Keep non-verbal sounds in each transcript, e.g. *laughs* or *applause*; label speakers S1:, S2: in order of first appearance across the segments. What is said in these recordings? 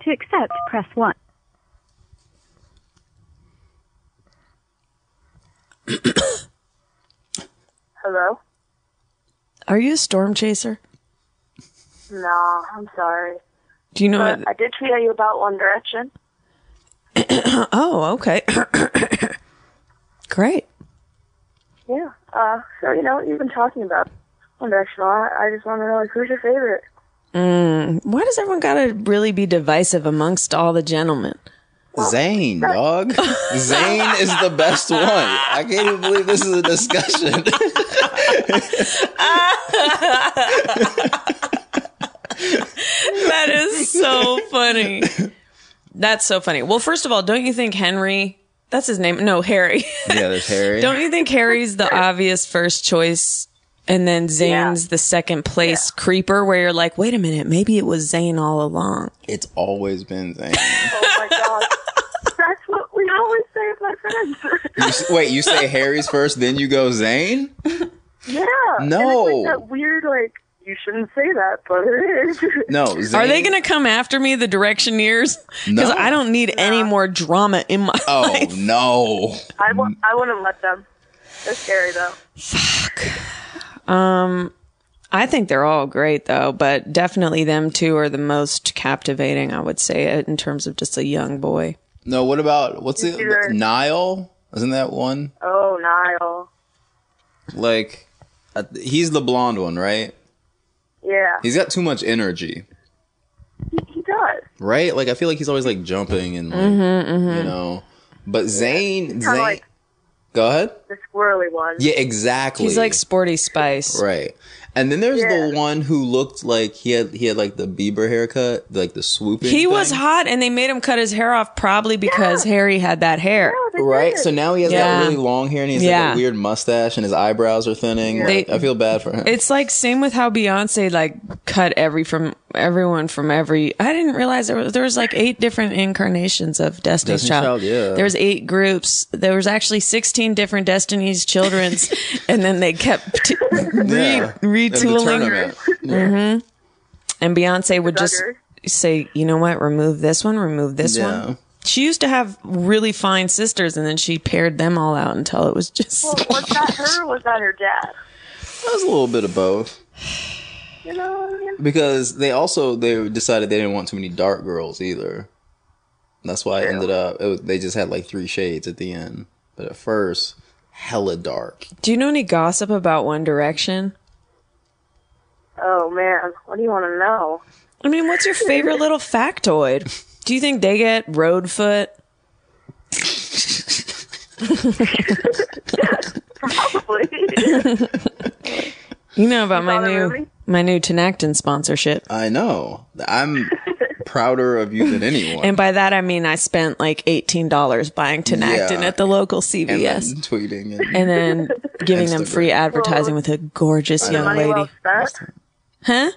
S1: To accept, press 1.
S2: Hello?
S3: Are you a storm chaser?
S2: No, I'm sorry.
S3: Do you know?
S2: But I did tweet at you about One Direction.
S3: what- oh, okay. *coughs* Great.
S2: Yeah. Uh, so, you know, what you've been talking about One Direction a lot. I just want to know, like, who's your favorite?
S3: Mm, why does everyone gotta really be divisive amongst all the gentlemen?
S4: Zane, dog. Zane is the best one. I can't even believe this is
S3: *laughs*
S4: a discussion.
S3: that is so *laughs* funny. That's so funny. Well, first of all, don't you think Henry? That's his name. No, Harry. *laughs*
S4: yeah, there's Harry.
S3: Don't you think Harry's the obvious first choice and then Zane's the second place creeper where you're like, wait a minute, maybe it was Zane all along.
S4: it's always been Zane.
S2: Oh, my God. That's what we always say with my friends. *laughs*
S4: You s- wait, you say Harry's first, then you go Zane?
S2: yeah.
S4: No.
S2: And it's, like, that weird, like, you shouldn't say that, but it is. *laughs*
S4: No, Zane.
S3: Are they going to come after me, the Directioneers? Because
S4: No.
S3: I don't need any more drama in my *laughs*
S4: Oh,
S3: life.
S4: no.
S2: I, w- I wouldn't let them. They're scary, though.
S3: I think they're all great though, but definitely them two are the most captivating, I would say, in terms of just a young boy.
S4: No, what about, what's it?
S2: Either-
S4: Niall? Isn't that one?
S2: Oh, Niall.
S4: Like, uh, he's the blonde one, right?
S2: Yeah.
S4: He's got too much energy,
S2: He does.
S4: right? Like, I feel like he's always like jumping and, like,
S3: Mm-hmm,
S4: you know. But Zane, Zane.
S2: like-
S4: go ahead.
S2: The squirrely one.
S4: Yeah, exactly.
S3: He's like sporty spice.
S4: Right. And then there's
S2: Yeah.
S4: the one who looked like he had he had like the Bieber haircut, like the swooping.
S3: He was
S4: thing.
S3: hot and they made him cut his hair off probably because Harry had that hair.
S2: Oh, they
S4: Right,
S2: did.
S4: so now he has
S3: Yeah.
S4: that really long hair and he's
S3: Yeah.
S4: like a weird mustache and his eyebrows are thinning. Like,
S3: They-
S4: I feel bad for him.
S3: It's like same with how Beyonce like cut every from everyone from every. I didn't realize there was, there was like eight different incarnations of Destiny's,
S4: Destiny's
S3: Child.
S4: Child, yeah.
S3: There was eight groups. There was actually sixteen different Destiny's *laughs* Childrens, and then they kept t- re-
S4: Yeah. At the
S3: retooling. Mm-hmm.
S4: tournament. Yeah.
S3: And Beyonce would just
S2: Duggar.
S3: say, you know what, remove this one, remove this
S4: Yeah.
S3: one. She used to have really fine sisters, and then she paired them all out until it was just.
S2: Well, was that her or was that her dad?
S4: That was a little bit of both.
S2: You know what I mean?
S4: Because they also they decided they didn't want too many dark girls either. That's why it ended up it was, they just had like three shades at the end. But at first, hella dark.
S3: *laughs* Do you know any gossip about One Direction?
S2: Oh man, what do you want to know? *laughs*
S3: I mean, what's your favorite little factoid? Do you think they get road foot?
S2: Probably.
S4: *laughs*
S3: You know about my
S2: saw the
S3: new
S2: movie?
S3: my new Tenactin sponsorship.
S4: I know. I'm
S2: *laughs*
S4: prouder of you than anyone.
S3: And by that I mean I spent like eighteen dollars buying Tenactin
S4: Yeah.
S3: at the local
S4: and then
S3: CVS,
S4: tweeting and,
S3: and then
S4: *laughs*
S3: giving them
S4: Instagram.
S3: free advertising with a gorgeous young
S2: money
S3: lady.
S2: well spent.
S3: Huh?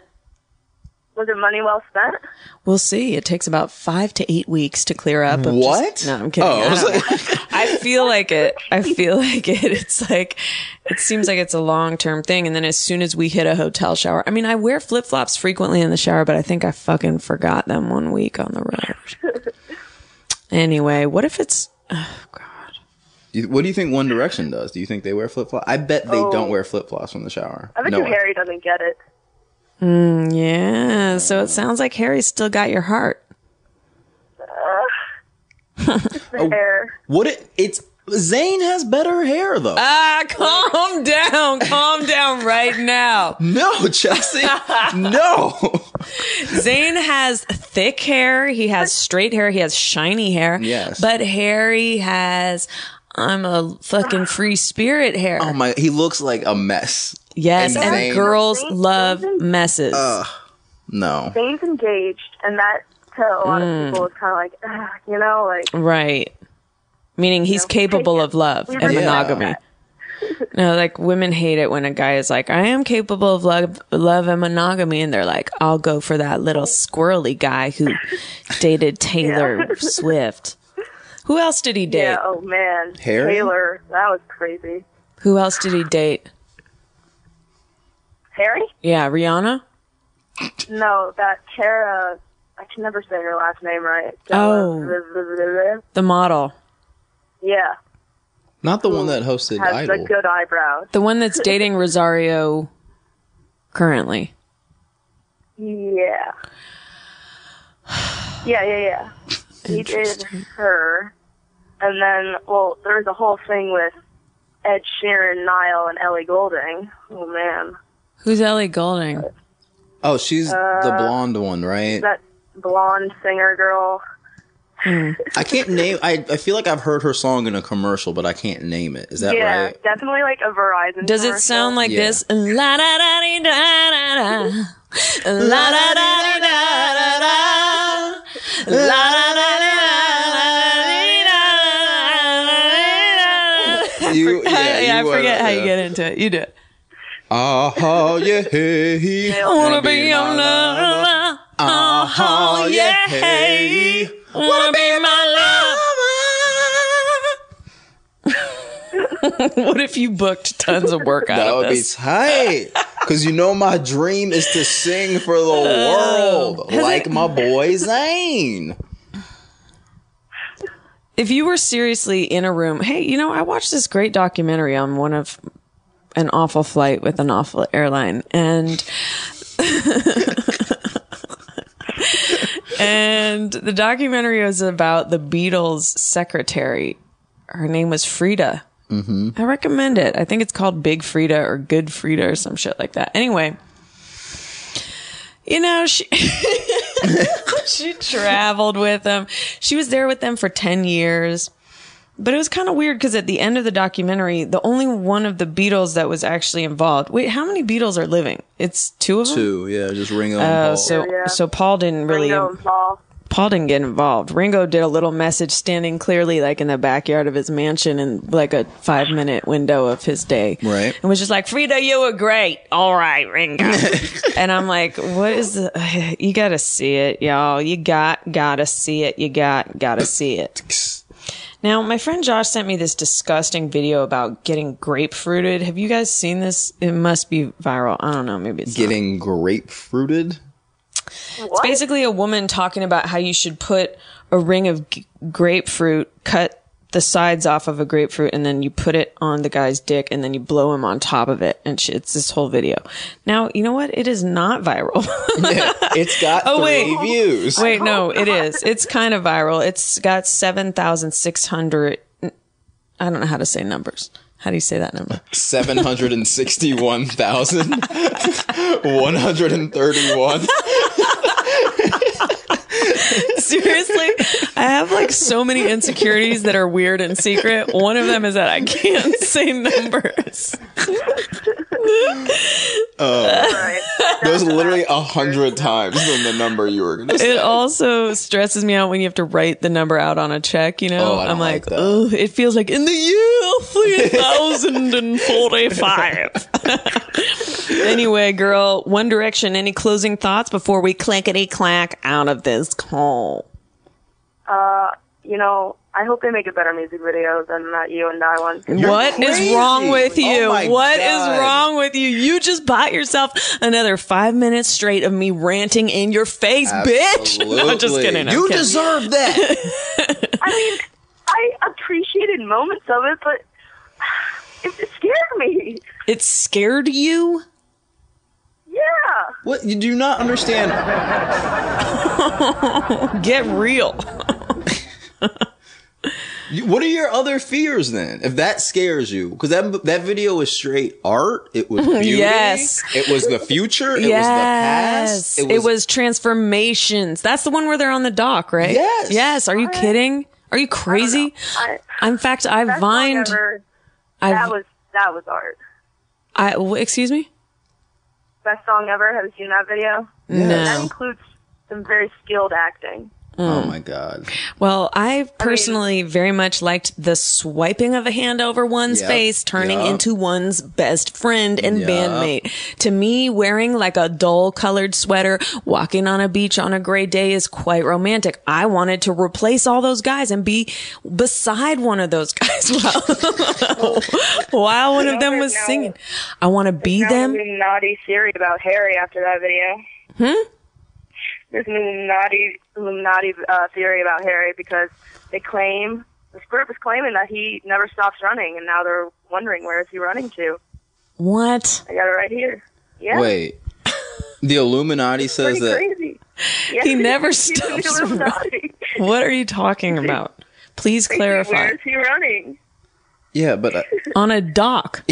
S2: Was it money well spent?
S3: We'll see. It takes about five to eight weeks to clear up. I'm just-
S4: What?
S3: no, I'm kidding.
S4: Oh, I
S3: I,
S4: was
S3: don't know. I feel like it. I feel like it. It's like, it seems like it's a long term thing. And then as soon as we hit a hotel shower, I mean, I wear flip flops frequently in the shower, but I think I fucking forgot them one week on the road. anyway, what if it's, oh God.
S4: You- what do you think One Direction does? Do you think they wear flip flops? I bet they
S2: Oh.
S4: don't wear flip flops from the shower.
S2: I bet
S4: no
S2: you
S4: one.
S2: Harry doesn't get it.
S3: Yeah. So it sounds like Harry's still got your heart.
S2: The hair.
S4: Oh, What it, it's Zayn has better hair though.
S3: Ah, calm down. Calm down right now.
S4: no,
S3: *laughs*
S4: Chelsea. no.
S3: Zane has thick hair. He has straight hair. He has shiny hair.
S4: Yes.
S3: But Harry has, I'm a fucking free spirit hair.
S4: Oh my, he looks like a mess.
S3: yes. And,
S4: Zane-
S3: girls
S2: Zane-
S3: love
S2: Zane-
S3: messes.
S4: No.
S2: Zane's engaged, and that to a lot
S3: Mm.
S2: of people is kind of like, "Ugh," you know, like
S3: right. Meaning he's capable of love and
S2: respect
S3: monogamy. No, like women hate it when a guy is like, I am capable of love, love and monogamy. And they're like, I'll go for that little squirrely guy who dated Taylor Swift. Who else did he date?
S2: yeah, oh man,
S4: Harry?
S2: Taylor, that was crazy.
S3: Who else did he date?
S2: Harry?
S3: Yeah, Rihanna.
S2: No, that Tara. I I can never say her last name right.
S3: Oh.
S2: Della-
S3: The model.
S2: Yeah.
S4: Not the one that hosted
S2: Has
S4: Idol.
S2: the good eyebrows.
S3: The one that's dating Rosario currently.
S2: Yeah.
S3: *sighs*
S2: Yeah, yeah, yeah. He did
S3: Interesting.
S2: her. And then, well, there was a whole thing with Ed Sheeran, Niall, and Ellie Golding. Oh, man.
S3: Who's Ellie Golding?
S4: Oh, she's the blonde one, right?
S2: uh, That blonde singer girl.
S4: I can't name. I, I feel like I've heard her song in a commercial, but I can't name it. Is that
S2: yeah,
S3: *laughs*
S4: right?
S2: definitely like a Verizon.
S3: Does
S2: commercial.
S3: it sound like
S4: Yeah.
S3: this? La da da dee da da da. La da da dee da da da. La da da dee da da da dee da da da dee da.
S4: You,
S3: Yeah,
S4: you
S3: I
S4: were-
S3: forget how you
S4: yeah.
S3: get into it. You do it.
S4: Oh, yeah. He
S2: I
S3: I
S2: wanna
S3: wanna be your lover.
S4: Oh,
S3: Oh
S4: yeah.
S3: yeah. Wanna be my love. *laughs* What if you booked tons of work out
S4: That
S3: of
S4: would be
S3: this?
S4: tight. Because you know, my dream is to sing
S3: *laughs*
S4: for the
S3: Oh.
S4: world like my boy Zane.
S3: if you were seriously in a room, hey, you know, I watched this great documentary on one of an awful flight with an awful airline and and the documentary was about the Beatles secretary. Her name was Frida. Mm-hmm. I recommend it. I think it's called Big Frida or Good Frida or some shit like that. Anyway, you know, she *laughs* she traveled with them. She was there with them for 10 years. But it was kind of weird because at the end of the documentary, the only one of the Beatles that was actually involved. Wait, how many Beatles are living? It's two of them.
S4: Too, yeah, just ring on.
S3: Oh,
S4: Paul.
S3: so
S2: Yeah.
S3: so Paul didn't really
S2: Ringo and Paul.
S3: Paul didn't get involved. Ringo did a little message standing clearly like in the backyard of his mansion in like a five minute window of his day.
S4: Right.
S3: And was just like, Frida, you were great. All right, Ringo. and I'm like, what is the, *sighs* you gotta see it, y'all. You got, gotta see it. You got, gotta see it. Now, my friend Josh sent me this disgusting video about getting grapefruited. Have you guys seen this? It must be viral. I don't know. Maybe it's not.
S4: Getting grapefruited?
S2: What?
S3: basically a woman talking about how you should put a ring of g- grapefruit, cut the sides off of a grapefruit, and then you put it on the guy's dick, and then you blow him on top of it. And she, it's this whole video. Now, you know what? It is not viral. *laughs*
S4: It's got
S3: Oh,
S4: three
S3: wait.
S4: views.
S3: Wait, no, it is. It's kind of viral. It's got 7,600. I don't know how to say numbers. How do you say that number? *laughs*
S4: 761,131.
S3: Seriously, I have like so many insecurities that are weird and secret. One of them is that I can't *laughs* say numbers.
S2: Right.
S3: *laughs*
S4: There's literally a hundred times than the number you were
S3: *laughs*
S4: going to
S3: It also stresses me out when you have to write the number out on a check, you know?
S4: Oh, I don't
S3: I'm
S4: like
S3: like,
S4: that.
S3: oh, it feels like in the year
S4: *laughs*
S3: 3045. anyway, girl, One Direction, any closing thoughts before we clackety clack out of this call?
S2: You know, I hope they make a better music video than that you and I one.
S3: What is
S4: crazy.
S3: wrong with you?
S4: Oh my
S3: What is
S4: God.
S3: wrong with you? You just bought yourself another five minutes straight of me ranting in your face, bitch. *laughs* No, I'm just kidding. I'm
S4: You
S3: kidding.
S4: deserve that.
S3: *laughs*
S2: I mean, I appreciated moments of it, but *sighs* it, it scared me.
S3: it scared you?
S2: Yeah.
S4: what? You do not understand
S3: Get real.
S4: You- What are your other fears then? If that scares you, because that that video was straight art.
S3: *laughs*
S4: It was beauty.
S3: Yes.
S4: It was the future. It was
S3: yes.
S4: the past.
S3: It was, transformations. That's the one where they're on the dock, right?
S4: Yes.
S3: Yes. Are you kidding? Are you crazy?
S2: I,
S3: In fact, I
S2: that song
S3: vined.
S2: ever- that
S3: I,
S2: was that was art.
S3: I w- excuse me.
S2: Best song ever. Have you seen that video? That
S3: No. Mm.
S2: includes some very skilled acting.
S4: Oh my god.
S3: Well, I personally very much liked the swiping of a hand over one's
S4: Yep.
S3: face, turning
S4: Yep.
S3: into one's best friend and
S4: Yep.
S3: bandmate. To me, wearing like a dull colored sweater, walking on a beach on a gray day is quite romantic. I wanted to replace all those guys and be beside one of those *laughs* guys while, while one of them was
S2: No.
S3: singing. I want to be
S2: Now I'm *laughs*
S3: them.
S2: doing naughty theory about Harry after that video. Hmm. there's an Illuminati Illuminati uh, theory about Harry because they claim this group is claiming that he never stops running, and now they're wondering where is he running to.
S3: What?
S2: I got it right here. Yeah,
S4: Wait. The Illuminati
S2: pretty
S4: says that
S2: crazy. Yeah,
S3: He
S2: *laughs*
S3: never
S2: he's in the
S3: stops running.
S2: Illuminati.
S3: What are you talking about? Please
S2: *laughs*
S3: clarify.
S2: Where is he running?
S4: Yeah, but uh, *laughs*
S3: On a dock,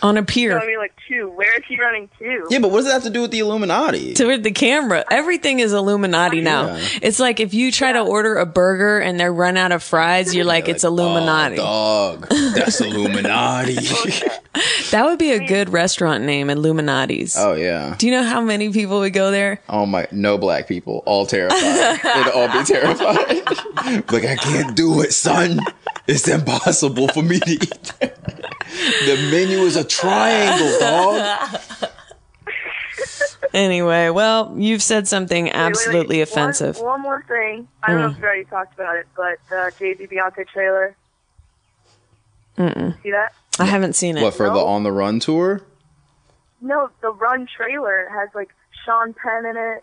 S3: on a pier,
S2: I mean, like two. Where is he running to?
S4: yeah, but what does that have to do with the Illuminati?
S3: toward the camera. Everything is Illuminati now.
S4: Yeah.
S3: It's like if you try to order a burger and they run out of fries, you're like, it's Illuminati.
S4: Oh, dog.
S3: *laughs*
S4: That's Illuminati.
S3: That would be a good restaurant name, Illuminati's.
S4: oh yeah.
S3: Do you know how many people would go there?
S4: Oh my, no black people, all terrified. They'd all be terrified. *laughs* like I can't do it, son. It's impossible for me to eat. the menu is a triangle, dog.
S3: Anyway, well, you've said something
S2: Wait, wait, wait.
S3: absolutely
S2: One-
S3: offensive.
S2: One, more thing. I don't know if you already talked about it, but uh, Jay Z Beyonce trailer. See that?
S3: I haven't seen it.
S4: What for the on the run tour?
S2: No, the Run trailer has like Sean Penn in it,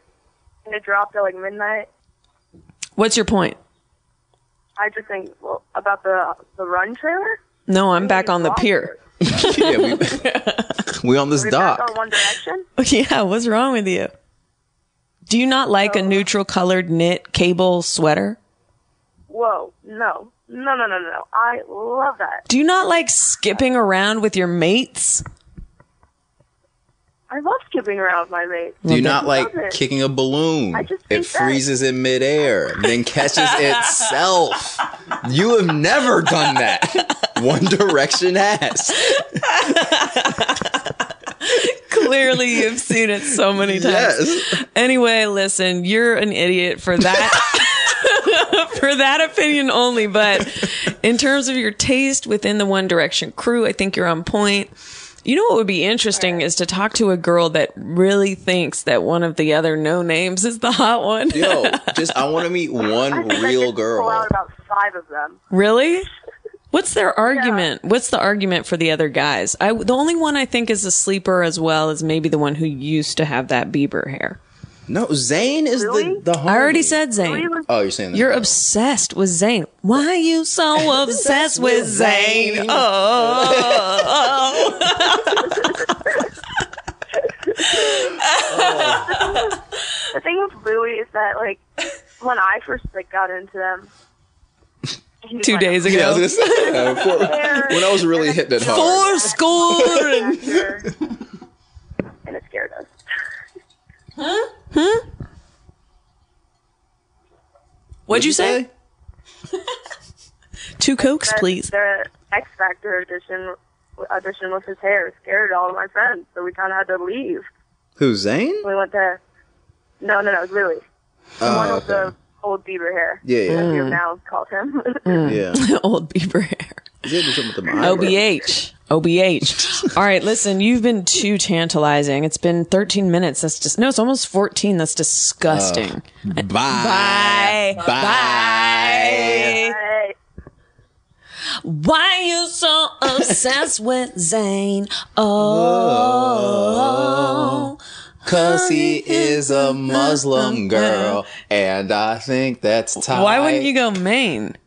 S2: and it dropped at like midnight.
S3: What's your point?
S2: I just think well about the the Run trailer.
S3: No, I'm back on the pier. *laughs*
S4: Yeah, we, we on this
S2: Is it back on
S4: dock.
S2: One Direction?
S3: Yeah, what's wrong with you? Do you not like a neutral colored knit cable sweater?
S2: Whoa, no, no, no, no, no. I love that.
S3: Do you not like skipping around with your mates?
S2: I love skipping around with my mates.
S4: Do you not
S2: Love
S4: like
S2: it.
S4: kicking a balloon?
S2: I just
S4: It
S2: think that-
S4: freezes in midair, then catches itself. You have never done that. One Direction has.
S3: Clearly, you've seen it so many times.
S4: Yes.
S3: Anyway, listen, you're an idiot for that. for that *laughs* opinion only, but in terms of your taste within the One Direction crew, I think you're on point. You know what would be interesting is to talk to a girl that really thinks that one of the other no names is the hot one.
S4: Yo, just I want to meet
S2: I
S4: one
S2: think I
S4: real
S2: could Pull
S4: girl.
S2: out about five of them.
S3: *laughs* Really? What's their argument? What's the argument for the other guys? I the only one I think is a sleeper as well is maybe the one who used to have that Bieber hair.
S4: No, Zayn is
S2: Really?
S4: the the. Homie.
S3: I already said Zayn.
S2: He was
S4: Oh, you're saying that
S3: You're
S4: now.
S3: obsessed with Zayn. Why are you so *laughs* obsessed with Zayn? Oh.
S2: The thing with Louis is that
S4: *laughs*
S2: like when I first like got into them, he was
S3: Two
S2: like,
S3: days ago.
S4: Yeah, I was gonna say, uh, before- *laughs* when I was really hitting it
S3: For
S4: hard.
S3: *laughs* score. and-
S2: actor,
S4: *laughs*
S2: and it scared us.
S3: What'd you say? Two cokes,
S2: But
S3: please. *laughs*
S2: The X Factor edition audition with his hair scared all of my friends, so we kind of had to leave.
S4: Who Zayn?
S2: We went to no, no, no, Louis,
S4: Oh,
S2: one with
S4: okay.
S2: the old Bieber hair.
S4: Yeah, yeah,
S2: As
S3: Mm.
S2: you now called him. *laughs*
S4: Uh,
S3: *laughs*
S4: yeah.
S3: Old Bieber hair.
S4: He did do something with the eyebrow.
S3: OBH. *laughs* OBH. All right, listen, you've been too tantalizing. It's been 13 minutes. That's just, no, it's almost 14. That's disgusting.
S4: Bye.
S3: Bye. Bye.
S2: Hey,
S3: Why you so obsessed with Zayn? Oh.
S4: Cause he is a Muslim girl, and I think that's tight.
S3: Why wouldn't you go Maine?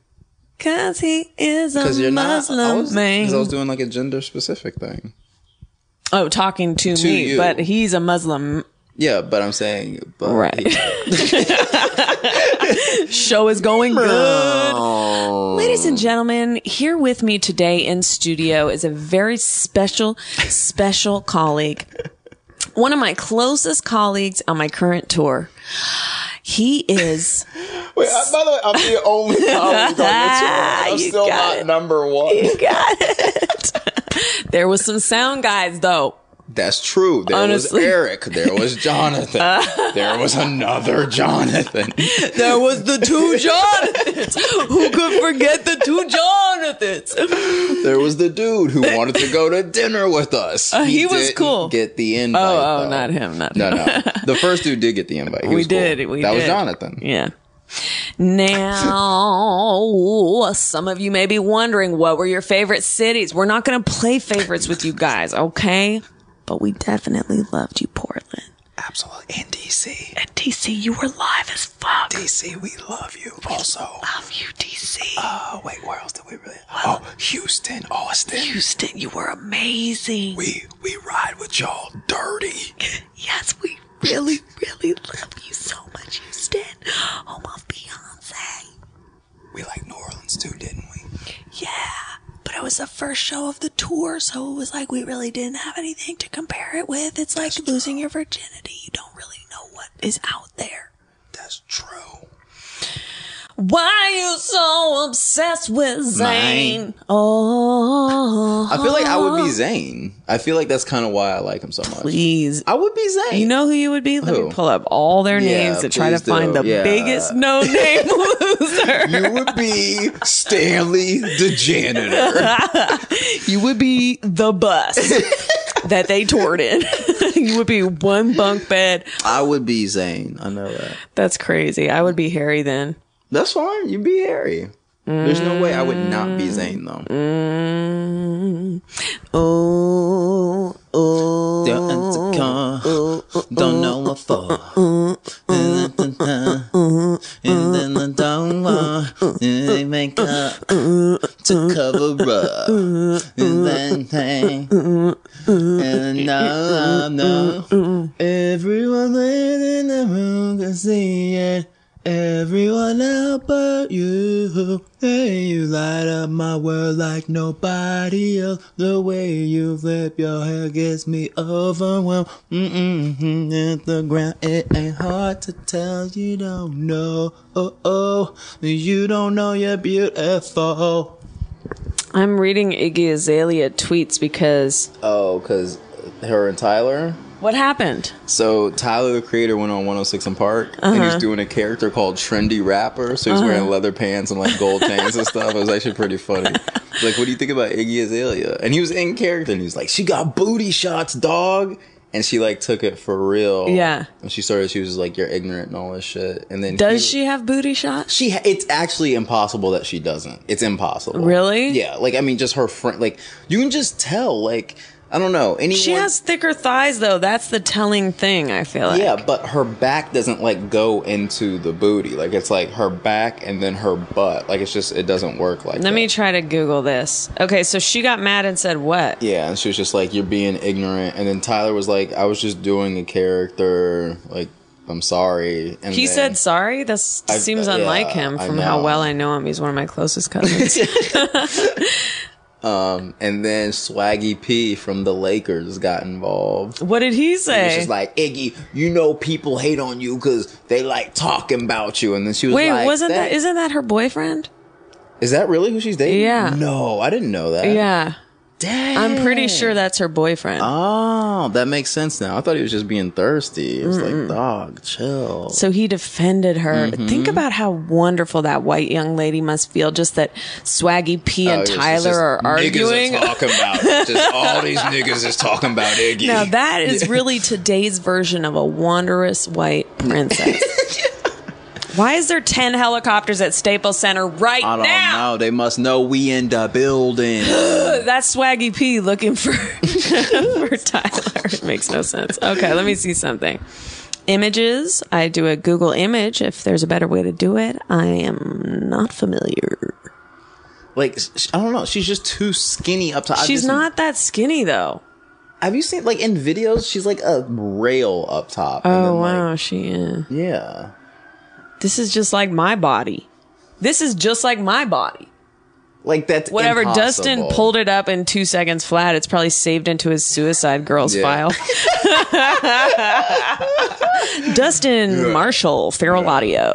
S3: Cause he is a
S4: Because you're not.
S3: Muslim
S4: I was, 'cause
S3: man.
S4: I was doing like a gender specific thing.
S3: oh, talking to,
S4: To
S3: me,
S4: you.
S3: but he's a Muslim.
S4: Yeah, but I'm saying, but
S3: Right. *laughs*
S4: yeah.
S3: Show is going good. Ladies and gentlemen, here with me today in studio is a very special, special colleague. One of my closest colleagues on my current tour. He
S4: *laughs*
S3: is
S4: Wait, I, by the way, I'm the
S3: *laughs*
S4: only colleague on this one. I'm
S3: You
S4: still
S3: got
S4: not
S3: it.
S4: number one.
S3: got it. *laughs* there was some sound guys though.
S4: That's true. There
S3: Honestly.
S4: was Eric. There was
S3: *laughs*
S4: Jonathan. there was another Jonathan.
S3: There was the two Jonathans. Who could forget the two Jonathans?
S4: There was the dude who wanted to go to dinner with us.
S3: Uh, he was
S4: didn't
S3: cool.
S4: Get the invite.
S3: Oh, oh,
S4: though.
S3: not him, not
S4: No,
S3: him. *laughs*
S4: no. The first dude did get the invite. He
S3: We
S4: was cool.
S3: did, we
S4: that was
S3: did.
S4: Jonathan.
S3: Yeah. Now, some of you may be wondering what were your favorite cities? We're not going to play favorites with you guys, okay? But we definitely loved you, Portland
S4: Absolutely. In DC.
S3: and DC. DC, you were live as fuck.
S4: DC, we love you. Also,
S3: Love you, DC.
S4: uh, wait, where else did we really? Oh, Houston, Austin.
S3: Houston, you were amazing.
S4: We we ride with y'all
S3: *laughs*
S4: dirty.
S3: Yes, we really, really love you so much, Houston. *gasps* Home of Beyonce.
S4: We like New Orleans too, didn't we?
S3: Yeah. But it was the first show of the tour, so it was like we really didn't have anything to compare it with. It's like losing your virginity. You don't really know what is out there.
S4: That's true.
S3: Why you so obsessed with Zayn?
S4: Mine.
S3: Oh.
S4: I feel like I would be Zayn. I feel like that's kind of why I like him so much.
S3: Please.
S4: I would be Zayn.
S3: You know who you would be? Let
S4: Who?
S3: me pull up all their
S4: Yeah,
S3: names to try to
S4: please do.
S3: find the
S4: Yeah.
S3: biggest no name
S4: *laughs*
S3: loser.
S4: you would be Stanley the janitor.
S3: You would be the
S4: *laughs*
S3: bus that they toured in. *laughs* you would be one bunk bed.
S4: I would be Zayn. I know that.
S3: That's crazy. I would be Harry then.
S4: That's fine. You'd be Harry. There's no way I would not be Zayn though.
S3: Mm. Oh, oh.
S4: They're in the car. Don't know what for. And then the don't want. They make up to cover up. And then they. And no, no. Everyone in the room can see it. Everyone out but you. Hey, you light up my world like nobody else. The way you flip your hair gets me overwhelmed. Mm-mm-mm. At the ground, it ain't hard to tell. You don't know. Oh, oh. You don't know you're beautiful.
S3: I'm reading Iggy Azalea tweets because
S4: Oh, because her and Tyler?
S3: what happened?
S4: So Tyler the Creator went on 106 and Park, and
S3: Uh-huh.
S4: he's doing a character called Trendy Rapper. So he's wearing leather pants and like gold chains and stuff. It was actually
S3: *laughs*
S4: pretty funny. Like, what do you think about Iggy Azalea? And he was in character, and he was like, "She got booty shots, dog." And she like took it for real.
S3: Yeah.
S4: And she started. She was like, "You're ignorant and all this shit." And then
S3: Does
S4: he-
S3: she have booty shots?
S4: she ha- it's actually impossible that she doesn't it's impossible
S3: Really?
S4: yeah like i mean just her friend like you can just tell like i don't know anyone
S3: She has thicker thighs though. That's the telling thing. I feel like.
S4: yeah but her back doesn't like go into the booty like it's like her back and then her butt like it's just it doesn't work like
S3: Let
S4: that.
S3: me try to Google this. Okay, so she got mad and said what?
S4: yeah and she was just like you're being ignorant and then tyler was like i was just doing a character like i'm sorry and
S3: He
S4: then-
S3: said sorry. That
S4: I-
S3: seems
S4: yeah,
S3: unlike him
S4: I
S3: from how
S4: know.
S3: well I know him. He's one of my closest cousins.
S4: and then swaggy p from the lakers got involved
S3: what did he
S4: It's
S3: say?
S4: just like Iggy, you know people hate on you because they like talking about you. And then she was
S3: Wait,
S4: like,
S3: wasn't that isn't that her boyfriend?
S4: is that really who she's dating?
S3: Yeah.
S4: No, I didn't know that.
S3: Yeah.
S4: Dang.
S3: I'm pretty sure that's her boyfriend.
S4: Oh, that makes sense now. I thought he was just being thirsty. It was like, dog, chill.
S3: So he defended her.
S4: mm-hmm.
S3: Think about how wonderful that white young lady must feel just that Swaggy P and
S4: Oh, it's just-
S3: Tyler
S4: just
S3: are arguing.
S4: Niggas are talking about just all these niggas is talking about Iggy.
S3: *laughs* Now that
S4: *laughs*
S3: is really today's version of a wondrous white
S4: *laughs*
S3: princess. Why is there 10 helicopters at Staples Center right
S4: I don't
S3: now?
S4: know. They must know we in the
S3: *gasps*
S4: building.
S3: That's Swaggy P looking for *laughs* for Tyler. It makes no sense. Okay, let me see something. Images. I do a Google image if there's a better way to do it. I am not familiar.
S4: like, sh- I don't know. She's just too skinny up to. I
S3: She's
S4: just-
S3: not that skinny though.
S4: Have you seen like in videos? She's like a rail up top. and
S3: Oh
S4: then, like,
S3: wow, she is.
S4: Yeah.
S3: This is just like my body. This is just like my body.
S4: Like that's
S3: Whatever
S4: impossible.
S3: Dustin pulled it up in two seconds flat. It's probably saved into his suicide girls
S4: Yeah.
S3: file. *laughs* Dustin Marshall, Feral Audio.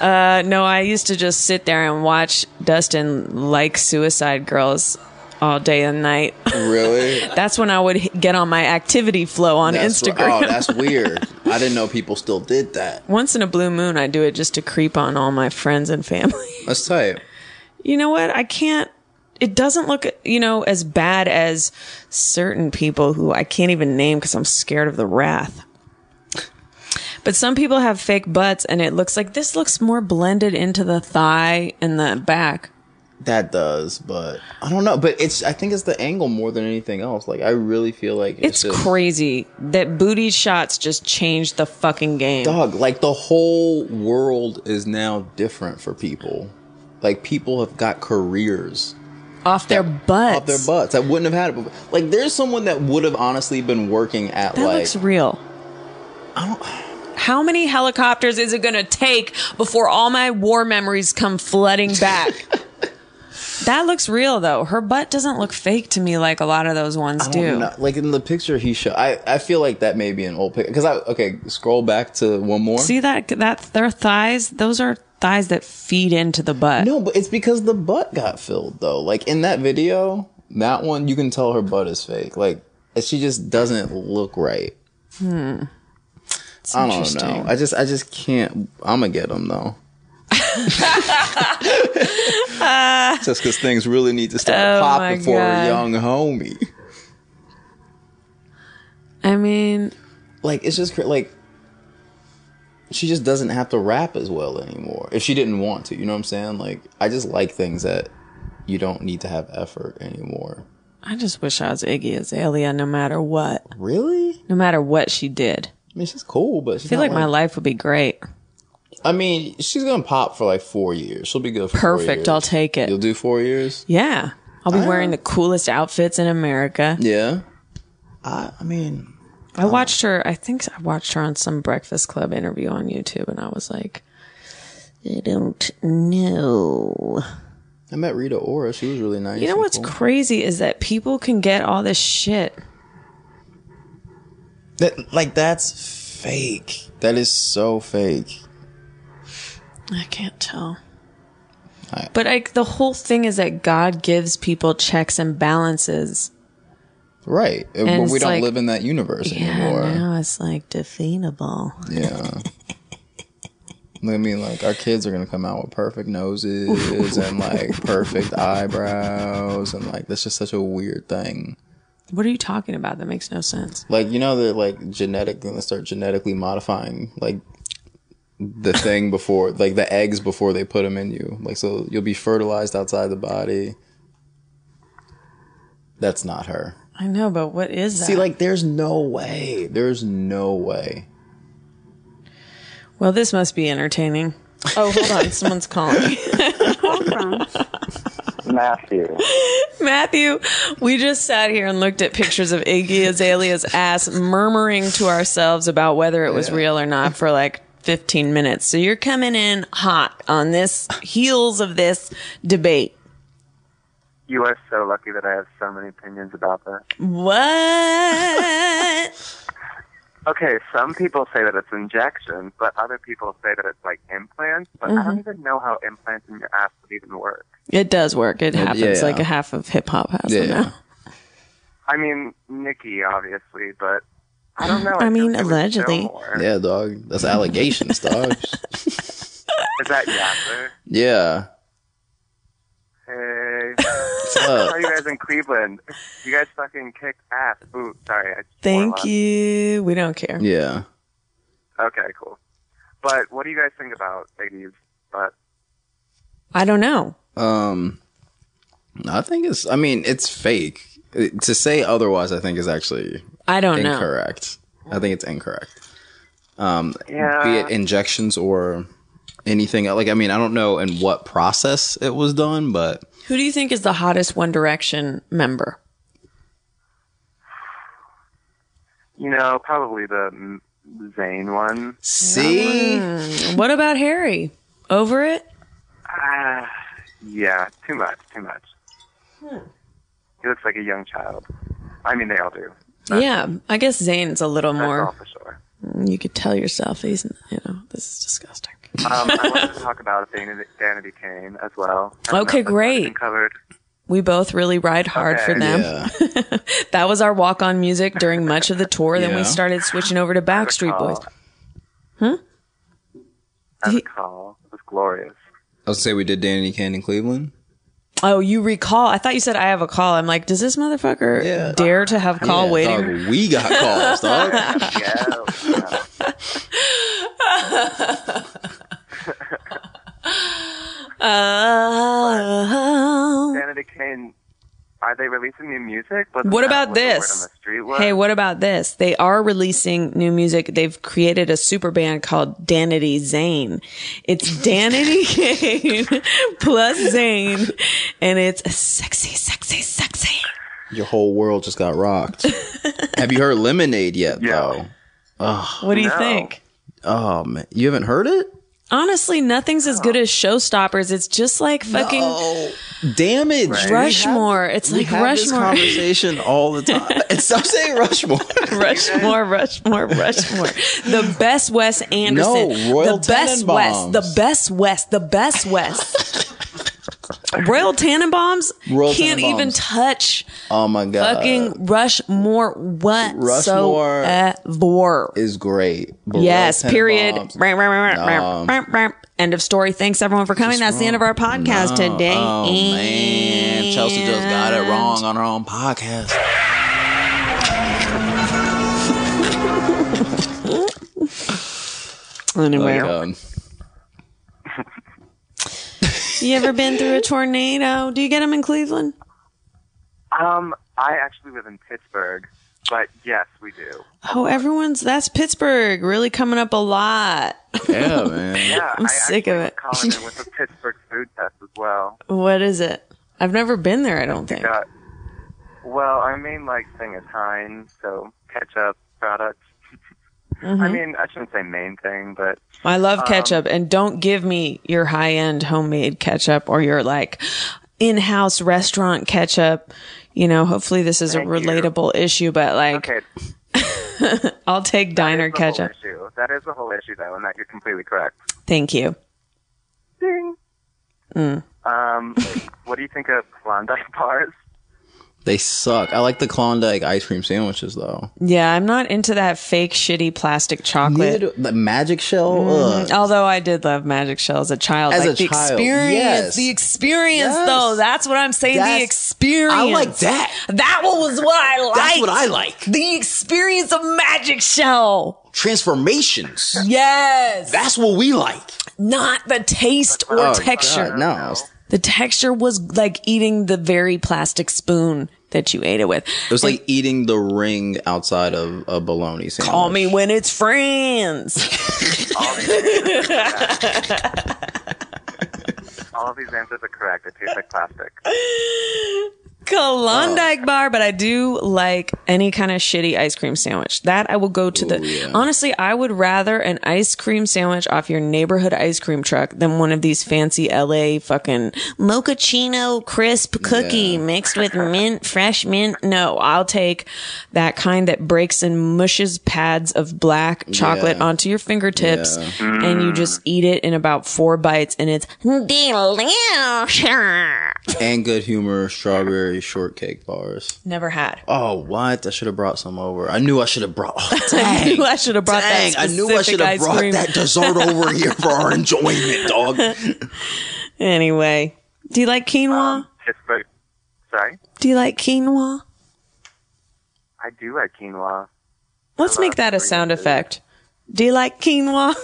S3: Uh, no, I used to just sit there and watch Dustin like suicide girls all day and night.
S4: Really?
S3: *laughs* That's when I would h- get on my activity flow on
S4: That's ri-
S3: Instagram.
S4: oh, that's weird. I didn't know people still did
S3: *laughs*
S4: that.
S3: Once in a blue moon, I do it just to creep on all my friends and family.
S4: That's tight.
S3: you know what? I can't. It doesn't look, you know, as bad as certain people who I can't even name because I'm scared of the wrath. But some people have fake butts, and it looks like this looks more blended into the thigh and the back.
S4: that does, but I don't know. But it's I think it's the angle more than anything else. Like I really feel like
S3: It's
S4: just-
S3: crazy that booty shots just changed the fucking game.
S4: Dog, like the whole world is now different for people. Like people have got careers
S3: off their butts.
S4: off their butts. I wouldn't have had it before. Like there's someone that would have honestly been working at
S3: That
S4: like
S3: looks real. How many helicopters is it going to take before all my war memories come
S4: *laughs*
S3: flooding back? that looks real though. Her butt doesn't look fake to me like a lot of those ones
S4: I don't
S3: do.
S4: know. Like in the picture he showed, I, I feel like that may be an old picture. Because I okay, scroll back to one more.
S3: See that that their thighs, those are thighs that feed into the butt.
S4: no, but it's because the butt got filled though. Like in that video, that one you can tell her butt is fake. Like she just doesn't look right.
S3: It's
S4: I don't
S3: interesting.
S4: know. I just I just can't. I'm gonna get them though. *laughs* just because things really need to start
S3: Oh my
S4: popping for
S3: God.
S4: a young homie.
S3: I mean,
S4: Like it's just cra- like she just doesn't have to rap as well anymore if she didn't want to. You know what I'm saying? Like I just like things that you don't need to have effort anymore.
S3: I just wish I was Iggy Azalea no matter what.
S4: Really?
S3: No matter what she did.
S4: I mean, she's cool, but she's
S3: I feel
S4: not
S3: like my life would be great.
S4: I mean, she's gonna pop for like four years. She'll be good. for four
S3: Perfect.
S4: years.
S3: I'll take it.
S4: You'll do four years.
S3: Yeah. I'll be wearing the coolest outfits in America.
S4: Yeah. I I mean,
S3: I watched her, I think I watched her on some Breakfast Club interview on YouTube, and I was like, I don't know.
S4: I met Rita Ora. She was really nice.
S3: You know
S4: and
S3: what's
S4: cool.
S3: crazy is that people can get all this shit.
S4: That- like that's fake. That is so fake.
S3: I can't tell.
S4: I-
S3: But like the whole thing is that God gives people checks and balances.
S4: Right. And
S3: And
S4: but we
S3: it's
S4: don't
S3: like-
S4: live in that universe
S3: Yeah,
S4: anymore.
S3: now it's like definable.
S4: Yeah. I mean, like our kids are gonna come out with
S3: *laughs*
S4: perfect noses and like perfect eyebrows, and like that's just such a weird thing.
S3: What are you talking about? That makes no sense.
S4: Like you know, they're like genetic. Gonna start genetically modifying like the thing before, like the eggs before they put them in you. Like so, you'll be fertilized outside the body. That's not her.
S3: I know, but what is that?
S4: See, like, there's no way. There's no way.
S3: well, this must be entertaining. Oh, hold on. Someone's calling.
S1: Matthew.
S3: Matthew, we just sat here and looked at pictures of Iggy Azalea's ass, murmuring to ourselves about whether it was
S4: Yeah.
S3: real or not for like 15 minutes. So you're coming in hot on this heels of this debate.
S1: You are so lucky that I have so many opinions about that.
S3: What?
S1: Okay, some people say that it's injection, but other people say that it's like implants, but I
S3: Mm-hmm.
S1: don't even know how implants in your ass would even work.
S3: it does work. It happens
S4: yeah.
S3: like a half of hip hop has
S4: Yeah.
S3: them now.
S1: I mean, Nikki, obviously, but I don't know.
S3: I
S1: feel
S3: mean,
S1: like it was
S3: allegedly.
S1: still more.
S4: Yeah, dog. That's allegations, dog. *laughs*
S1: Is that Yapper?
S4: Yeah.
S1: Hey.
S4: What's up?
S1: How are you guys in Cleveland? You guys fucking kicked ass. Ooh, sorry. I just swore a
S3: Thank
S1: lot.
S3: you. We don't care.
S4: Yeah.
S1: Okay, cool. But what do you guys think about Iggy's butt?
S3: I don't know.
S4: Um, I think it's. I mean, it's fake. It- to say otherwise, I think is actually
S3: I don't know.
S4: incorrect. I think it's incorrect. Um,
S1: Yeah.
S4: be it injections or anything. Like, I mean, I don't know in what process it was done, but
S3: Who do you think is the hottest One Direction member?
S1: You know, probably the mm, Zayn one.
S4: see,
S3: What about Harry? Over it?
S1: Ah, yeah, too much, too much.
S3: Hmm.
S1: He looks like a young child. I mean, they all do.
S3: yeah, I guess Zayn's a little
S1: That's
S3: more.
S1: all for sure.
S3: You could tell yourself he's, you know, this is disgusting.
S1: Um, I wanted to talk about Danity, Danity Kane as well. I don't know
S3: Okay,
S1: if that's already
S3: great.
S1: been Covered.
S3: We both really ride hard for
S1: Okay.
S3: them.
S4: yeah,
S3: That was our walk on music during much of the tour. Then we
S4: Yeah.
S3: started switching over to Backstreet
S1: Call.
S3: Boys.
S1: I
S3: He-
S1: recall. It was
S3: *laughs*
S1: glorious.
S4: I was gonna say we did Danny Can in Cleveland.
S3: Oh, you recall? I thought you said I have a call. I'm like, does this motherfucker
S4: Yeah.
S3: dare to have call
S4: Yeah,
S3: waiting?
S4: dog, we got calls, dog.
S3: *laughs*
S1: Yeah. yeah.
S3: Uh,
S1: releasing new music? Wasn't
S3: What
S1: that
S3: about
S1: what the word
S3: this?
S1: on the street was?
S3: Hey, what about this? They are releasing new music. They've created a super band called Danity Zane. It's Danity Kane *laughs* plus Zane, and it's sexy, sexy, sexy.
S4: Your whole world just got rocked. Have you heard Lemonade yet,
S1: Yeah.
S4: though?
S3: What do you
S1: No.
S3: think?
S4: Oh, man. You haven't heard it?
S3: Honestly, nothing's as good as Showstoppers. It's just like fucking
S4: *laughs* Damn it. We have-
S3: Oh. Rushmore. it's
S4: we
S3: like
S4: have this
S3: Rushmore. *laughs*
S4: conversation all the time. And stop saying Rushmore. *laughs*
S3: Rushmore, Rushmore, Rushmore. The best Wes Anderson.
S4: No, Royal
S3: the best West.
S4: Tenenbaums.
S3: The best West. The best West. Royal Tannenbaums
S4: Royal
S3: can't
S4: Tenenbaums.
S3: even touch
S4: Oh my god.
S3: fucking Rushmore
S4: Rushmore
S3: whatsoever.
S4: is great. but
S3: Yes,
S4: Royal
S3: period.
S4: Tenenbaums-
S3: Ram, ram, ram, ram, ram, ram. End of story. Thanks everyone for coming. That's the end of our podcast today.
S4: Oh man, Chelsea just got it wrong on her own podcast.
S3: Anyway,
S4: Um,
S3: you ever been through a tornado? Do you get them in Cleveland?
S1: Um, I actually live in Pittsburgh, but yes, we do.
S3: Oh, everyone's that's Pittsburgh really coming up a lot.
S4: yeah, man.
S3: *laughs*
S1: Yeah,
S3: I'm
S1: I
S3: sick of
S1: actually
S3: it.
S1: was calling in with a Pittsburgh food test as well.
S3: What is it? I've never been there, I don't think.
S1: Got well, our main like thing is Heinz, so ketchup products. *laughs* I
S3: Mm-hmm.
S1: mean, I shouldn't say main thing, but
S3: I
S1: Um,
S3: love ketchup and don't give me your high end homemade ketchup or your like in house restaurant ketchup. You know, hopefully this is a
S1: Thank you.
S3: relatable issue, but like
S1: okay,
S3: I'll take diner
S1: that's the whole
S3: ketchup.
S1: issue. That is the whole issue, though, and that you're completely correct.
S3: Thank you.
S1: Ding. Um, *laughs* what do you think of Klondike *laughs* bars?
S4: They suck. I like the Klondike ice cream sandwiches though.
S3: Yeah, I'm not into that fake shitty plastic chocolate.
S4: Neither do- the magic shell. ugh.
S3: Although I did love Magic Shell as a child,
S4: As
S3: like
S4: a
S3: the
S4: child,
S3: experience,
S4: yes.
S3: the experience
S4: Yes.
S3: though. That's what I'm saying.
S4: That's-
S3: the experience.
S4: I like that.
S3: That one was what Oh, I liked.
S4: what I like.
S3: The experience of Magic Shell.
S4: Transformations.
S3: Yes,
S4: That's what we like.
S3: not the taste or
S4: Oh,
S3: texture.
S4: God, no.
S3: The texture was like eating the very plastic spoon that you ate it with.
S4: It was like eating the ring outside of a bologna sandwich.
S3: Call me when it's friends. *laughs*
S1: All of these answers are correct. It tastes
S3: *laughs*
S1: like plastic.
S3: Klondike
S4: Oh.
S3: bar, but I do like any kind of shitty ice cream sandwich. That I will go to the.
S4: Ooh, yeah.
S3: Honestly, I would rather an ice cream sandwich off your neighborhood ice cream truck than one of these fancy LA fucking mochaccino crisp cookie
S4: Yeah.
S3: mixed with mint, fresh mint. No, I'll take that kind that breaks and mushes pads of black chocolate
S4: Yeah.
S3: onto your fingertips, and you just eat it in about four bites, and it's delicious.
S4: and good humor strawberry shortcake bars.
S3: Never had.
S4: Oh, what? I should have brought some over. I knew I should have brought. *laughs* Oh, dang.
S3: I knew I should have brought
S4: Dang,
S3: that
S4: I knew I
S3: specific
S4: should have
S3: ice
S4: brought
S3: cream.
S4: that dessert over here
S3: *laughs*
S4: for our enjoyment, dog.
S3: Anyway, do you like quinoa?
S4: Um,
S1: Pittsburgh. Sorry,
S3: do you like quinoa?
S1: I do like quinoa.
S3: Let's make that a
S1: green
S3: sound
S1: food.
S3: effect. Do you like quinoa?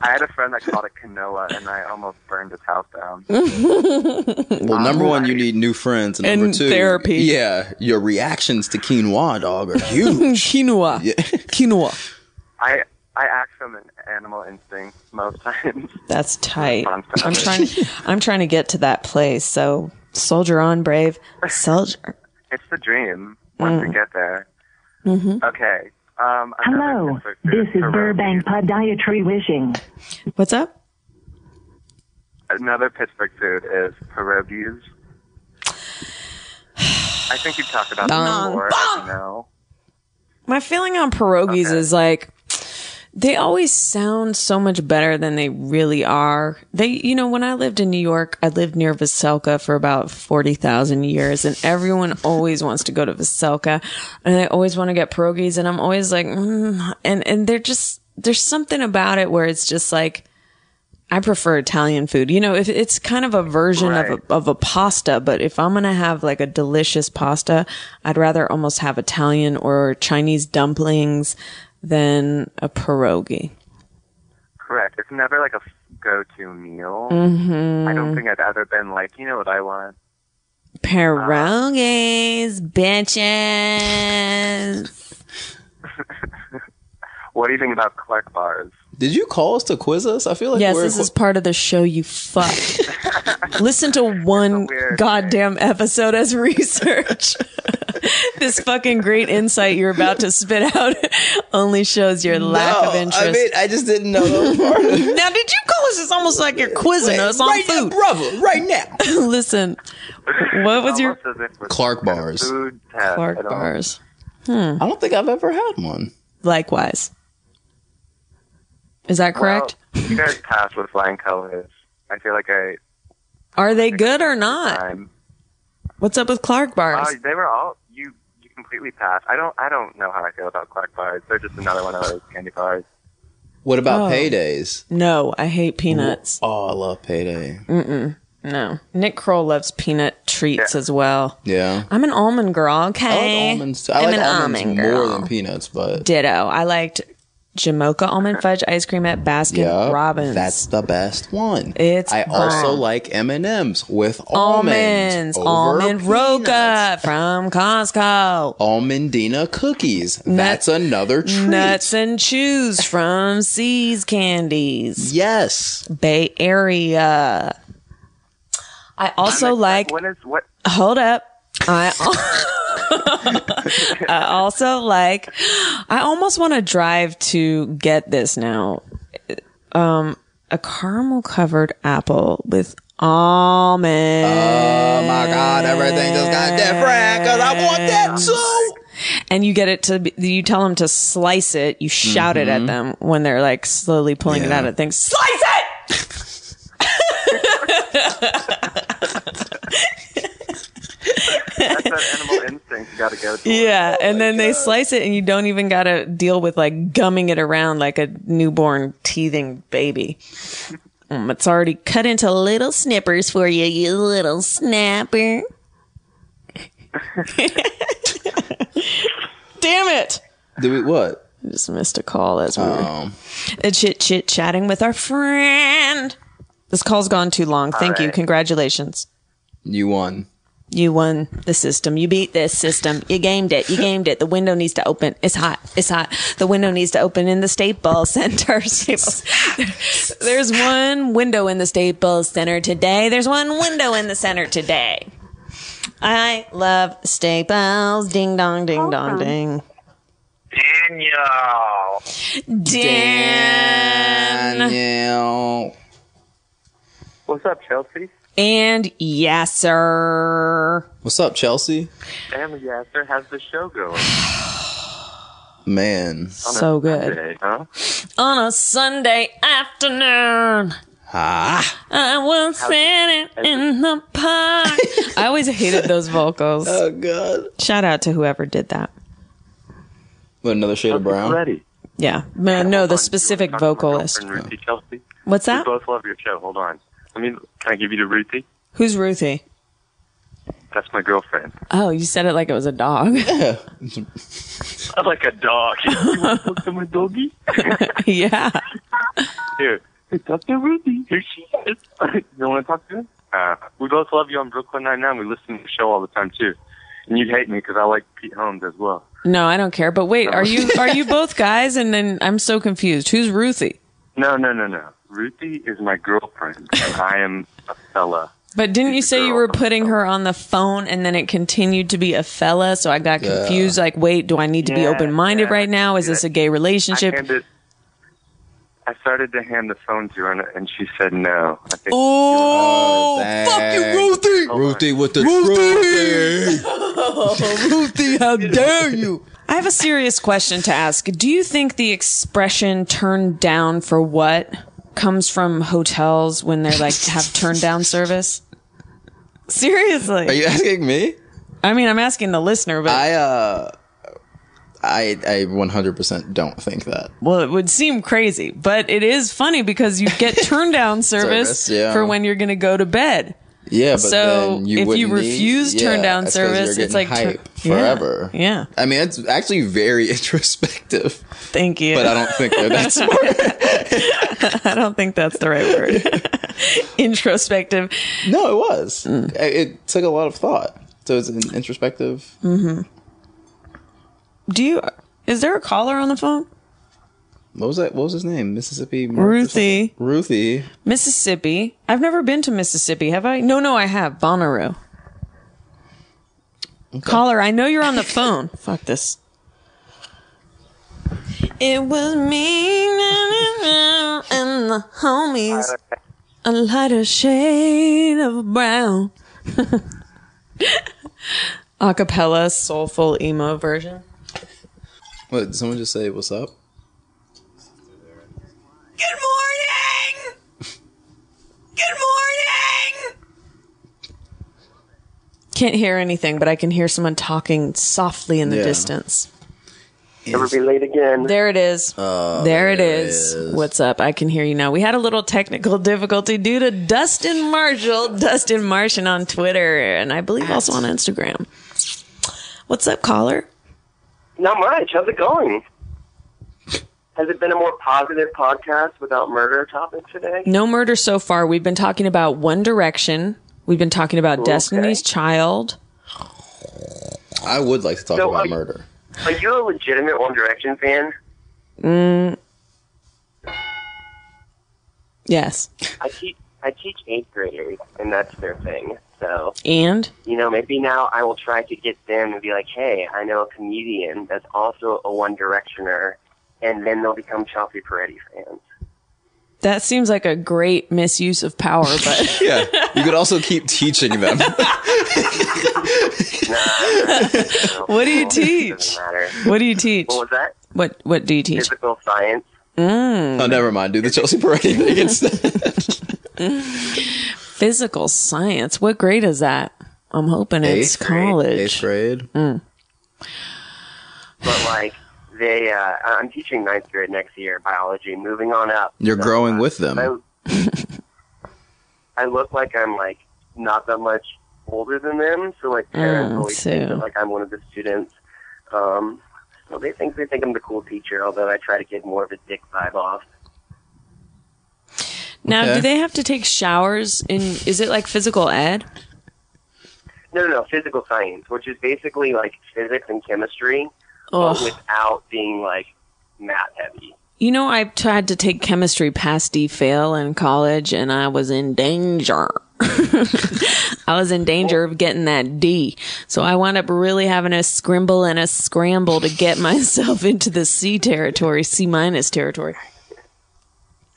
S1: I had a friend that called it quinoa, and I almost burned his house down.
S4: Well, number one, you need new friends. Number
S3: And
S4: two,
S3: therapy.
S4: Yeah, your reactions to quinoa, dog,
S3: *laughs*
S4: are huge.
S3: quinoa. Quinoa.
S1: I I act from an animal instinct most *laughs* times.
S3: That's tight.
S1: I'm
S3: I'm trying. I'm trying to get to that place. So soldier on, brave soldier.
S1: It's the dream once we get there. Okay. Um, another
S5: Hello,
S1: Pittsburgh food
S5: this is
S1: pierogi.
S5: Burbank Podiatry Wishing.
S3: What's up?
S1: Another Pittsburgh food is pierogies. *sighs* I think you've talked about them
S3: Bong.
S1: before. as You know.
S3: My feeling on pierogies
S1: Okay.
S3: is like they always sound so much better than they really are. They, you know, when I lived in New York, I lived near Veselka for about 40,000 years and everyone always wants to go to Veselka and they always want to get pierogies. And I'm always like, mm, and, and they're just, there's something about it where it's just like, I prefer Italian food. You know, if it's kind of a version of
S1: Right.
S3: a, of a pasta, but if I'm going to have like a delicious pasta, I'd rather almost have Italian or Chinese dumplings than a pierogi.
S1: Correct. It's never like a go-to meal. I don't think I've ever been like, you know what I want.
S3: Pierogies, bitches.
S1: What do you think about Clark bars?
S4: Did you call us to quiz us? I feel like
S3: Yes,
S4: we're
S3: this is part of the show, you fuck. Listen to one
S1: weird
S3: goddamn episode as research. *laughs* this fucking great insight you're about to spit out *laughs* only shows your lack
S4: No,
S3: of interest.
S4: Oh, I mean, I just didn't know that was part
S3: *laughs*
S4: of it.
S3: now, did you call us? It's almost like you're quizzing us on
S4: right now,
S3: food.
S4: brother, right now.
S3: *laughs*
S4: *laughs*
S3: Listen, what was your
S1: Almost as if it was
S4: Clark
S1: kind of
S4: bars.
S1: Food test.
S3: Clark
S1: *laughs* I don't-
S3: bars?
S4: I don't think I've ever had one.
S3: Likewise. Is that
S1: Well,
S3: correct?
S1: you guys passed with flying colors. I feel like I
S3: Are they good or not?
S1: I'm.
S3: What's up with Clark bars?
S1: Oh, they were all you. You completely passed. I don't. I don't know how I feel about Clark bars. They're just another one of those candy bars.
S4: What about
S3: Oh.
S4: paydays?
S3: No, I hate peanuts.
S4: Oh, I love payday.
S3: No. Nick Kroll loves peanut treats as well.
S4: Yeah.
S3: I'm an almond girl,
S4: I like
S3: okay?
S4: almonds. Too. I
S3: I'm
S4: like
S3: an
S4: almonds
S3: almond
S4: more
S3: girl.
S4: than peanuts, but
S3: Ditto. I liked Jamocha almond fudge ice cream at Baskin
S4: yeah,
S3: Robbins.
S4: that's the best one.
S3: It's
S4: I also
S3: bomb.
S4: like M and M's with almonds,
S3: almonds.
S4: over
S3: Almond
S4: peanuts. Oh.
S3: Roca from Costco.
S4: almondina cookies. That's another treat.
S3: Nuts and chews from C's Candies.
S4: yes,
S3: Bay Area. I also like
S1: What is what?
S3: hold up. I, *laughs* I also like, I almost want to drive to get this now. Um, a caramel covered apple with almond.
S4: Oh my God, everything just got different because I want that too.
S3: and you get it to, be, you tell them to slice it. You shout it at them when they're like slowly pulling it
S4: Yeah.
S3: out of things. Slice it!
S1: That's
S3: *laughs*
S1: that animal instinct. You got to go. To
S3: Yeah. and then they slice it and you don't even got to deal with like gumming it around like a newborn teething baby. Mm, it's already cut into little snippers for you, you little snapper. *laughs* Damn it.
S4: Do we what?
S3: Just missed a call as we were
S4: Um,
S3: uh, chit chit chatting with our friend. This call's gone too long. Thank you.
S1: right.
S3: Congratulations.
S4: you won.
S3: You won the system. You beat this system. You gamed it. You gamed it. The window needs to open. It's hot. It's hot. The window needs to open in the Staples Center. *laughs* Staples. There's one window in the Staples Center today. There's one window in the center today. I love Staples. Ding dong, ding dong, ding.
S1: Daniel.
S3: Dan.
S4: Danielle.
S1: What's up, Chelsea?
S3: And yes, sir.
S4: What's up, Chelsea?
S1: Family Yasser has the show going.
S4: Man,
S3: So good.
S1: Today, huh?
S3: On a Sunday afternoon.
S4: ah,
S3: I was sitting in the
S1: *laughs*
S3: park. I always hated those vocals.
S1: Uh,
S4: oh god,
S3: Shout out to whoever did that.
S4: What, another shade of brown. *laughs*
S1: Ready.
S3: Yeah. No, no the specific vocalist.
S1: And Ruthie Chelsea.
S3: What's
S1: We
S3: that?
S1: both love your show. Hold on. Let me. Can I give you the Ruthie?
S3: Who's Ruthie?
S1: That's my girlfriend.
S3: Oh, you said it like it was a dog. *laughs*
S1: I'm like a dog. you want to talk to my doggy?
S3: yeah.
S1: Here. Hey, talk to Ruthie. Here she is. *laughs* you want to talk to her? Uh, we both love you on Brooklyn Nine-Nine. We listen to the show all the time, too. And you hate me because I like Pete Holmes as well.
S3: No, I don't care. But wait, are you are
S1: *laughs*
S3: you both guys? And then I'm so confused. Who's Ruthie?
S1: No, no, no, no. Ruthie is my girlfriend, and I am a fella.
S3: But didn't you
S1: She's
S3: say
S1: a
S3: you
S1: girl.
S3: were putting her on the phone and then it continued to be a fella? So I got confused. Like, wait, do I need to be
S1: Yeah,
S3: open minded
S1: yeah, I
S3: right now? Is
S1: do
S3: this
S1: that.
S3: a gay relationship?
S1: I handed. I started to hand the phone to her, and, and she said no. I think
S3: Oh,
S4: fuck you, Ruthie. Ruthie with the Ruthie. *laughs* Ruthie, how dare you?
S3: I have a serious question to ask. Do you think the expression turned down for what comes from hotels when they're
S4: *laughs*
S3: like have turned down service?
S4: Are
S3: Seriously.
S4: you asking me?
S3: I mean, I'm asking the listener, but
S4: I uh, I I 100% don't think that.
S3: well, it would seem crazy, but it is funny because you get turned down service,
S4: Service, yeah.
S3: for when you're going to go to bed.
S4: Yeah, but
S3: so
S4: then you
S3: if you
S4: wouldn't need-
S3: refuse
S4: yeah,
S3: turn down
S4: that's 'cause
S3: service,
S4: you're
S3: it's like
S4: getting
S3: tur-
S4: hype forever.
S3: Yeah. yeah.
S4: I mean, it's actually very *laughs* introspective,
S3: Thank you.
S4: but I don't think that that's
S3: *laughs* I don't think that's the right word. *laughs* Introspective.
S4: no. It was.
S3: Mm.
S4: It, it took a lot of thought, so it's an introspective.
S3: Do you? Is there a caller on the phone?
S4: What was that? What was his name? Mississippi Mark or
S3: Ruthie,
S4: something? Ruthie.
S3: Mississippi. I've never been to Mississippi, have I? No, no, I have. Bonnaroo. Caller, I know you're on the phone. *laughs* Fuck this. It was me na, na, na, and the homies. A lighter shade of brown. *laughs* Acapella, soulful emo version.
S4: What did someone just say? What's up?
S3: Good morning. Good morning. Can't hear anything, but I can hear someone talking softly in the
S4: Yeah.
S3: distance.
S6: Never be late again.
S3: There it is. Oh, there it is. What's up? I can hear you now. We had a little technical difficulty due to Dustin Marshall, Dustin Martian on Twitter, and I believe also on Instagram. What's up, caller?
S6: Not much. How's it going? Has it been a more positive podcast without murder topic today?
S3: No murder so far. We've been talking about One Direction. We've been talking about Destiny's Child.
S4: I would like to talk
S6: So,
S4: about
S6: um, *laughs*
S4: murder.
S6: Are you a legitimate One Direction fan?
S3: Yes.
S6: I teach I teach eighth graders, and that's their thing. So
S3: And
S6: you know, maybe now I will try to get them and be like, "Hey, I know a comedian that's also a One Directioner," and then they'll become Chelsea Peretti
S3: *laughs*
S6: fans.
S3: That seems like a great misuse of power, *laughs* but
S4: Yeah, you could also keep
S3: *laughs*
S4: teaching them. *laughs*
S6: Nah,
S3: What do you teach?
S6: Doesn't matter.
S3: what do you teach?
S6: What was that?
S3: What what do you teach?
S6: Physical science.
S4: oh, never mind. Do the Chelsea Peretti thing instead.
S3: Physical science. What grade is that? I'm hoping it's
S4: Eighth grade.
S3: college.
S4: Eighth grade.
S6: but like they uh i'm teaching ninth grade next year biology moving on up
S4: You're
S6: So,
S4: growing
S6: uh,
S4: with them.
S6: I, I look like i'm like not that much older than them so like parents
S3: Mm,
S6: always
S3: so-
S6: think that, like i'm one of the students um so they think they think i'm the cool teacher although i try to get more of a dick vibe off
S3: Now,
S4: Okay.
S3: do they have to take showers in is it like physical ed?
S6: no no no physical science which is basically like physics and chemistry but
S3: Oh,
S6: without being like math heavy
S3: you know, I tried to take chemistry past D fail in college and I was in danger. *laughs* I was in danger of getting that D. So I wound up really having a scrimble and a scramble to get *laughs* myself into the C territory, C minus territory.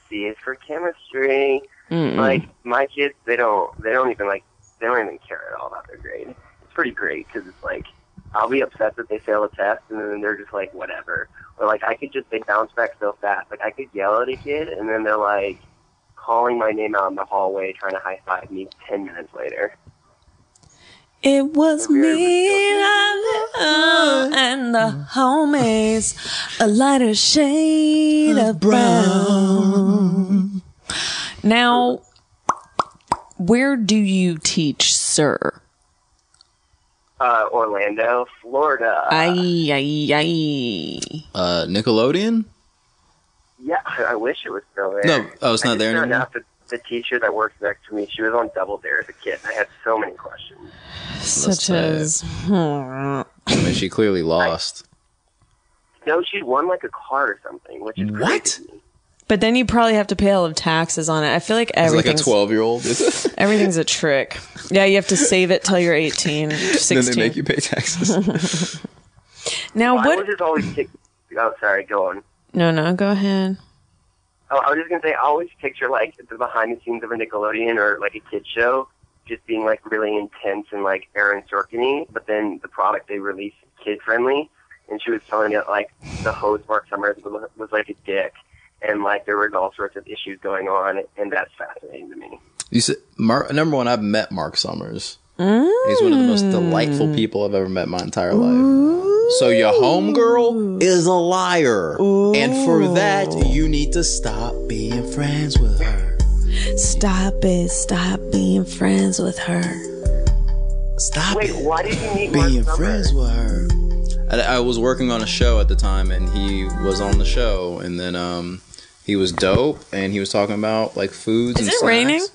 S6: C is for chemistry. Like my kids, they don't they don't even like they don't even care at all about their grade. It's pretty great because it's like I'll be upset that they fail a test, and then they're just like whatever. Or like I could just they bounce back so fast. Like I could yell at a kid, and then they're like calling my name out in the hallway, trying to high five me ten minutes later.
S3: It was
S6: Have you ever
S3: me and the- and the homies, a lighter shade of brown. Now, where do you teach, sir?
S6: Uh, Orlando, Florida.
S3: Aye, aye, aye.
S4: Uh, Nickelodeon.
S6: Yeah, *laughs* I wish it was still there.
S4: No, oh, it's
S6: I
S4: not
S6: just
S4: there
S6: found
S4: anymore?
S6: out that the teacher that works next to me, she was on Double Dare as a kid. I had so many questions.
S3: Such as. hmm.
S4: I mean, she clearly lost.
S6: No, she won like a car or something, which is crazy
S4: What?
S6: to me.
S3: But then you probably have to pay all of taxes on it. I feel like
S4: It's like a
S3: everything's,
S4: twelve-year-old. *laughs*
S3: everything's a trick. Yeah, you have to save it till you're 18, 16.
S4: then they make you pay taxes.
S3: *laughs* now,
S6: I was
S3: what?
S6: just always pic- Oh, sorry, go on.
S3: No, no, go ahead.
S6: Oh, I was just gonna say, I always picture like the behind the scenes of a Nickelodeon or like a kid show, just being like really intense and like Aaron Sorkin-y, but then the product they release is kid friendly. And she was telling me that like the host Mark Summers was, was like a dick, and like there was all sorts of issues going on, and that's fascinating to me.
S4: You said Mar- number one. I've met Mark Summers. He's one of the most
S3: Mm.
S4: delightful people I've ever met in my entire life. So your homegirl is a liar, and for that you need to stop being friends with her.
S3: Stop it. Stop being friends with her.
S7: Stop
S6: Wait,
S7: it.
S6: why did you meet Mark
S7: Being
S6: Summer?
S7: friends with her.
S4: I, I was working on a show at the time, and he was on the show, and then um, he was dope, and he was talking about like foods.
S3: Is
S4: and
S3: it
S4: snacks.
S3: raining?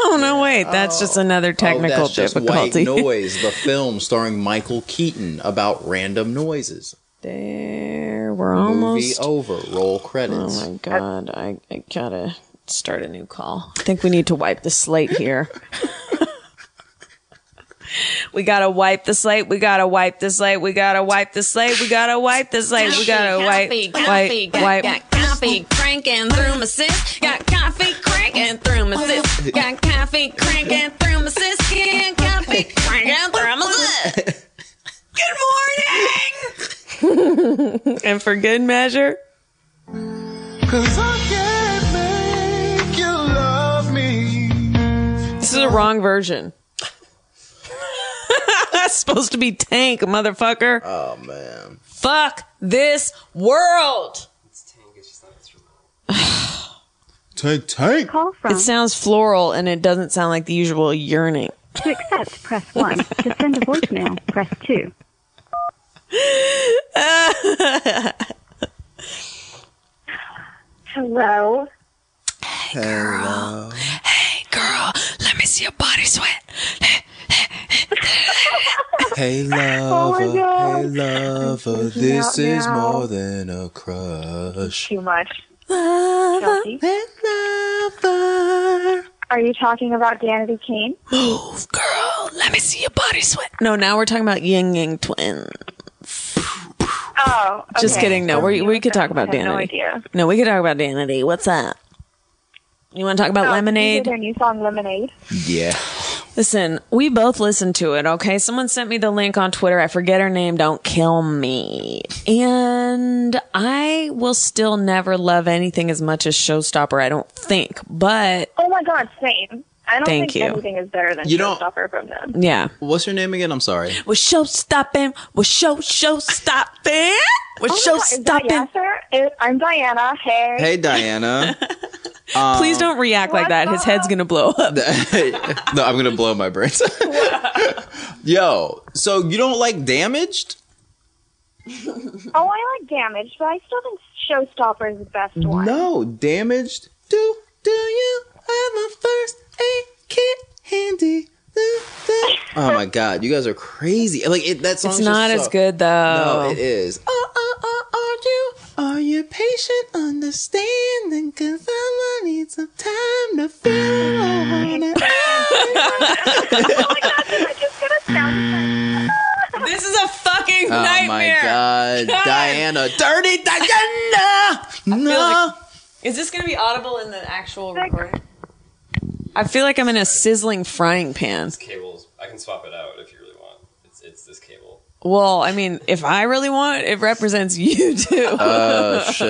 S3: oh, no, wait. That's just another technical
S4: oh, that's just
S3: difficulty. *laughs*
S4: White Noise, the film starring Michael Keaton about random noises.
S3: there, we're
S4: Movie
S3: almost.
S4: Oh. over. Roll credits.
S3: Oh my god, I, I gotta start a new call. I think we need to wipe the slate here. *laughs* we gotta wipe the slate. We gotta wipe the slate. We gotta wipe the slate. We gotta wipe the slate. We gotta wipe,
S8: coffee, coffee,
S3: wipe,
S8: got,
S3: wipe.
S8: got coffee cranking through my sis. Got coffee cranking through my sis. Got coffee cranking through my sis. Got coffee cranking through my sis.
S3: *laughs*
S8: Good
S3: And for good measure,
S9: Cause I can't make you love me.
S3: this is the wrong version. *laughs* That's supposed to be tank, motherfucker.
S4: Oh man.
S3: Fuck this world.
S4: Tank, tank.
S10: Call from
S3: It sounds floral and it doesn't sound like the usual yearning.
S10: to accept, press 1. To send a voicemail, press 2.
S2: Hello.
S3: Hey, girl, let me see your body sweat. *laughs*
S4: Hey
S3: Oh
S4: lover, hey lover, this is more than a crush.
S2: Too much.
S10: Chelsea,
S4: Hey lover.
S10: are you talking about Danity Kane?
S3: Move, girl, let me see your body sweat. No, now we're talking about Ying Yang Twin.
S2: Oh, okay.
S3: Just kidding. No, we we could talk
S2: I
S3: about
S2: have no
S3: Danity.
S2: idea.
S3: No, we could talk about Danity. What's up? You want to talk about
S2: Oh,
S10: You did
S3: lemonade?
S10: their new song, Lemonade.
S4: Yeah.
S3: Listen, we both listened to it, okay? Someone sent me the link on Twitter. I forget her name. Don't kill me. And I will still never love anything as much as Showstopper, I don't think. But
S2: Oh my God, same. I don't
S3: Thank
S2: think
S3: you.
S2: anything is better than
S4: You don't-
S2: Showstopper from them.
S3: yeah.
S4: What's your name again? I'm sorry.
S3: We're show stopping. We're show show stopping. We're
S2: Oh my
S3: show
S2: God, is that
S3: stopping.
S2: Yasser? Is- I'm Diana. Hey.
S4: Hey
S3: *laughs*
S4: Diana. *laughs*
S3: Please don't react like that. His head's gonna blow up.
S4: no, I'm gonna blow my brains. *laughs* Yo, so you don't like damaged?
S10: Oh, I like Damage, but I still think Showstopper is the best
S2: Oh
S10: one.
S4: No, damaged. Do do you have my first aid kit handy? Do,
S3: *laughs*
S4: do. Oh my god, you guys are crazy! Like it, that song.
S3: It's not as good
S4: No,
S3: though.
S4: it is. Oh, oh, oh, are you are you patient, understanding? Cause I need some time to feel.
S3: *laughs*
S2: *laughs* I just gonna sound
S3: this is a fucking
S4: Oh my
S3: nightmare.
S4: god, Diana, dirty
S3: *laughs*
S4: Diana. No.
S3: Is this gonna be audible in the actual recording? I feel like I'm in a sizzling frying pan.
S11: cables. I can swap it out if you really want. It's it's this cable.
S3: Well, I mean, if I really want, it represents you too.
S4: oh shit!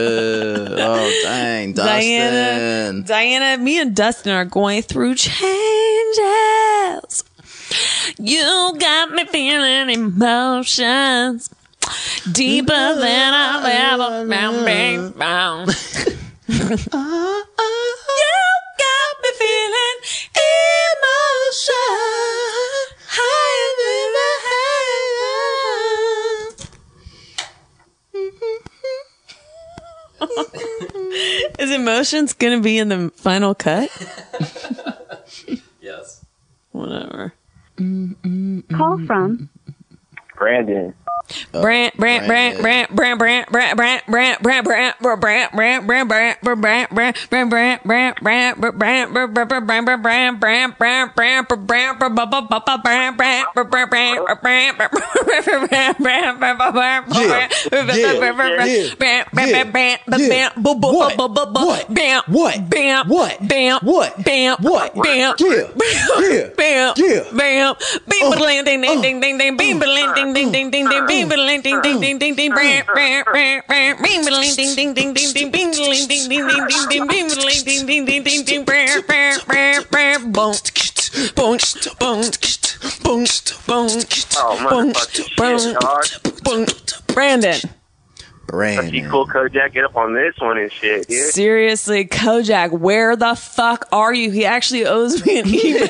S4: Oh dang,
S3: *laughs* Diana,
S4: Dustin.
S3: Diana, me and Dustin are going through changes. You got me feeling emotions deeper than I've ever found. been found. you got me feeling emotion higher than I have. Is emotions gonna be in the final cut?
S11: Yes.
S3: Whatever.
S10: Call from
S6: Brandon.
S3: Brant, Brant, Brant, Brant, Brant, Brant, Brant, Brant, Brant, Brant, Brant, Brant, Brant, Brant, Brant, Brant, Brant, Brant, Brant, Brant, Brant, Brant, Brant, Brant, Brant, Brant, Brant, Brant, Brant, Brant, Brant, Brant, Brant, Bam. Beam bling ding ding ding ding ding beam bling ding ding ding ding ding beam bling ding ding ding ding ding bam bam bam bam beam bling ding ding ding ding ding beam bling ding ding ding ding ding beam bling ding ding ding ding ding bam bam bam bam boom boom boom boom boom
S6: Oh,
S3: boom
S6: motherfucking
S3: boom
S6: shit, dog.
S3: boom Brandon
S6: That'd be cool, Kojak. Get up on this one and shit, dude.
S3: Seriously, Kojak, where the fuck are you? He actually owes me an email.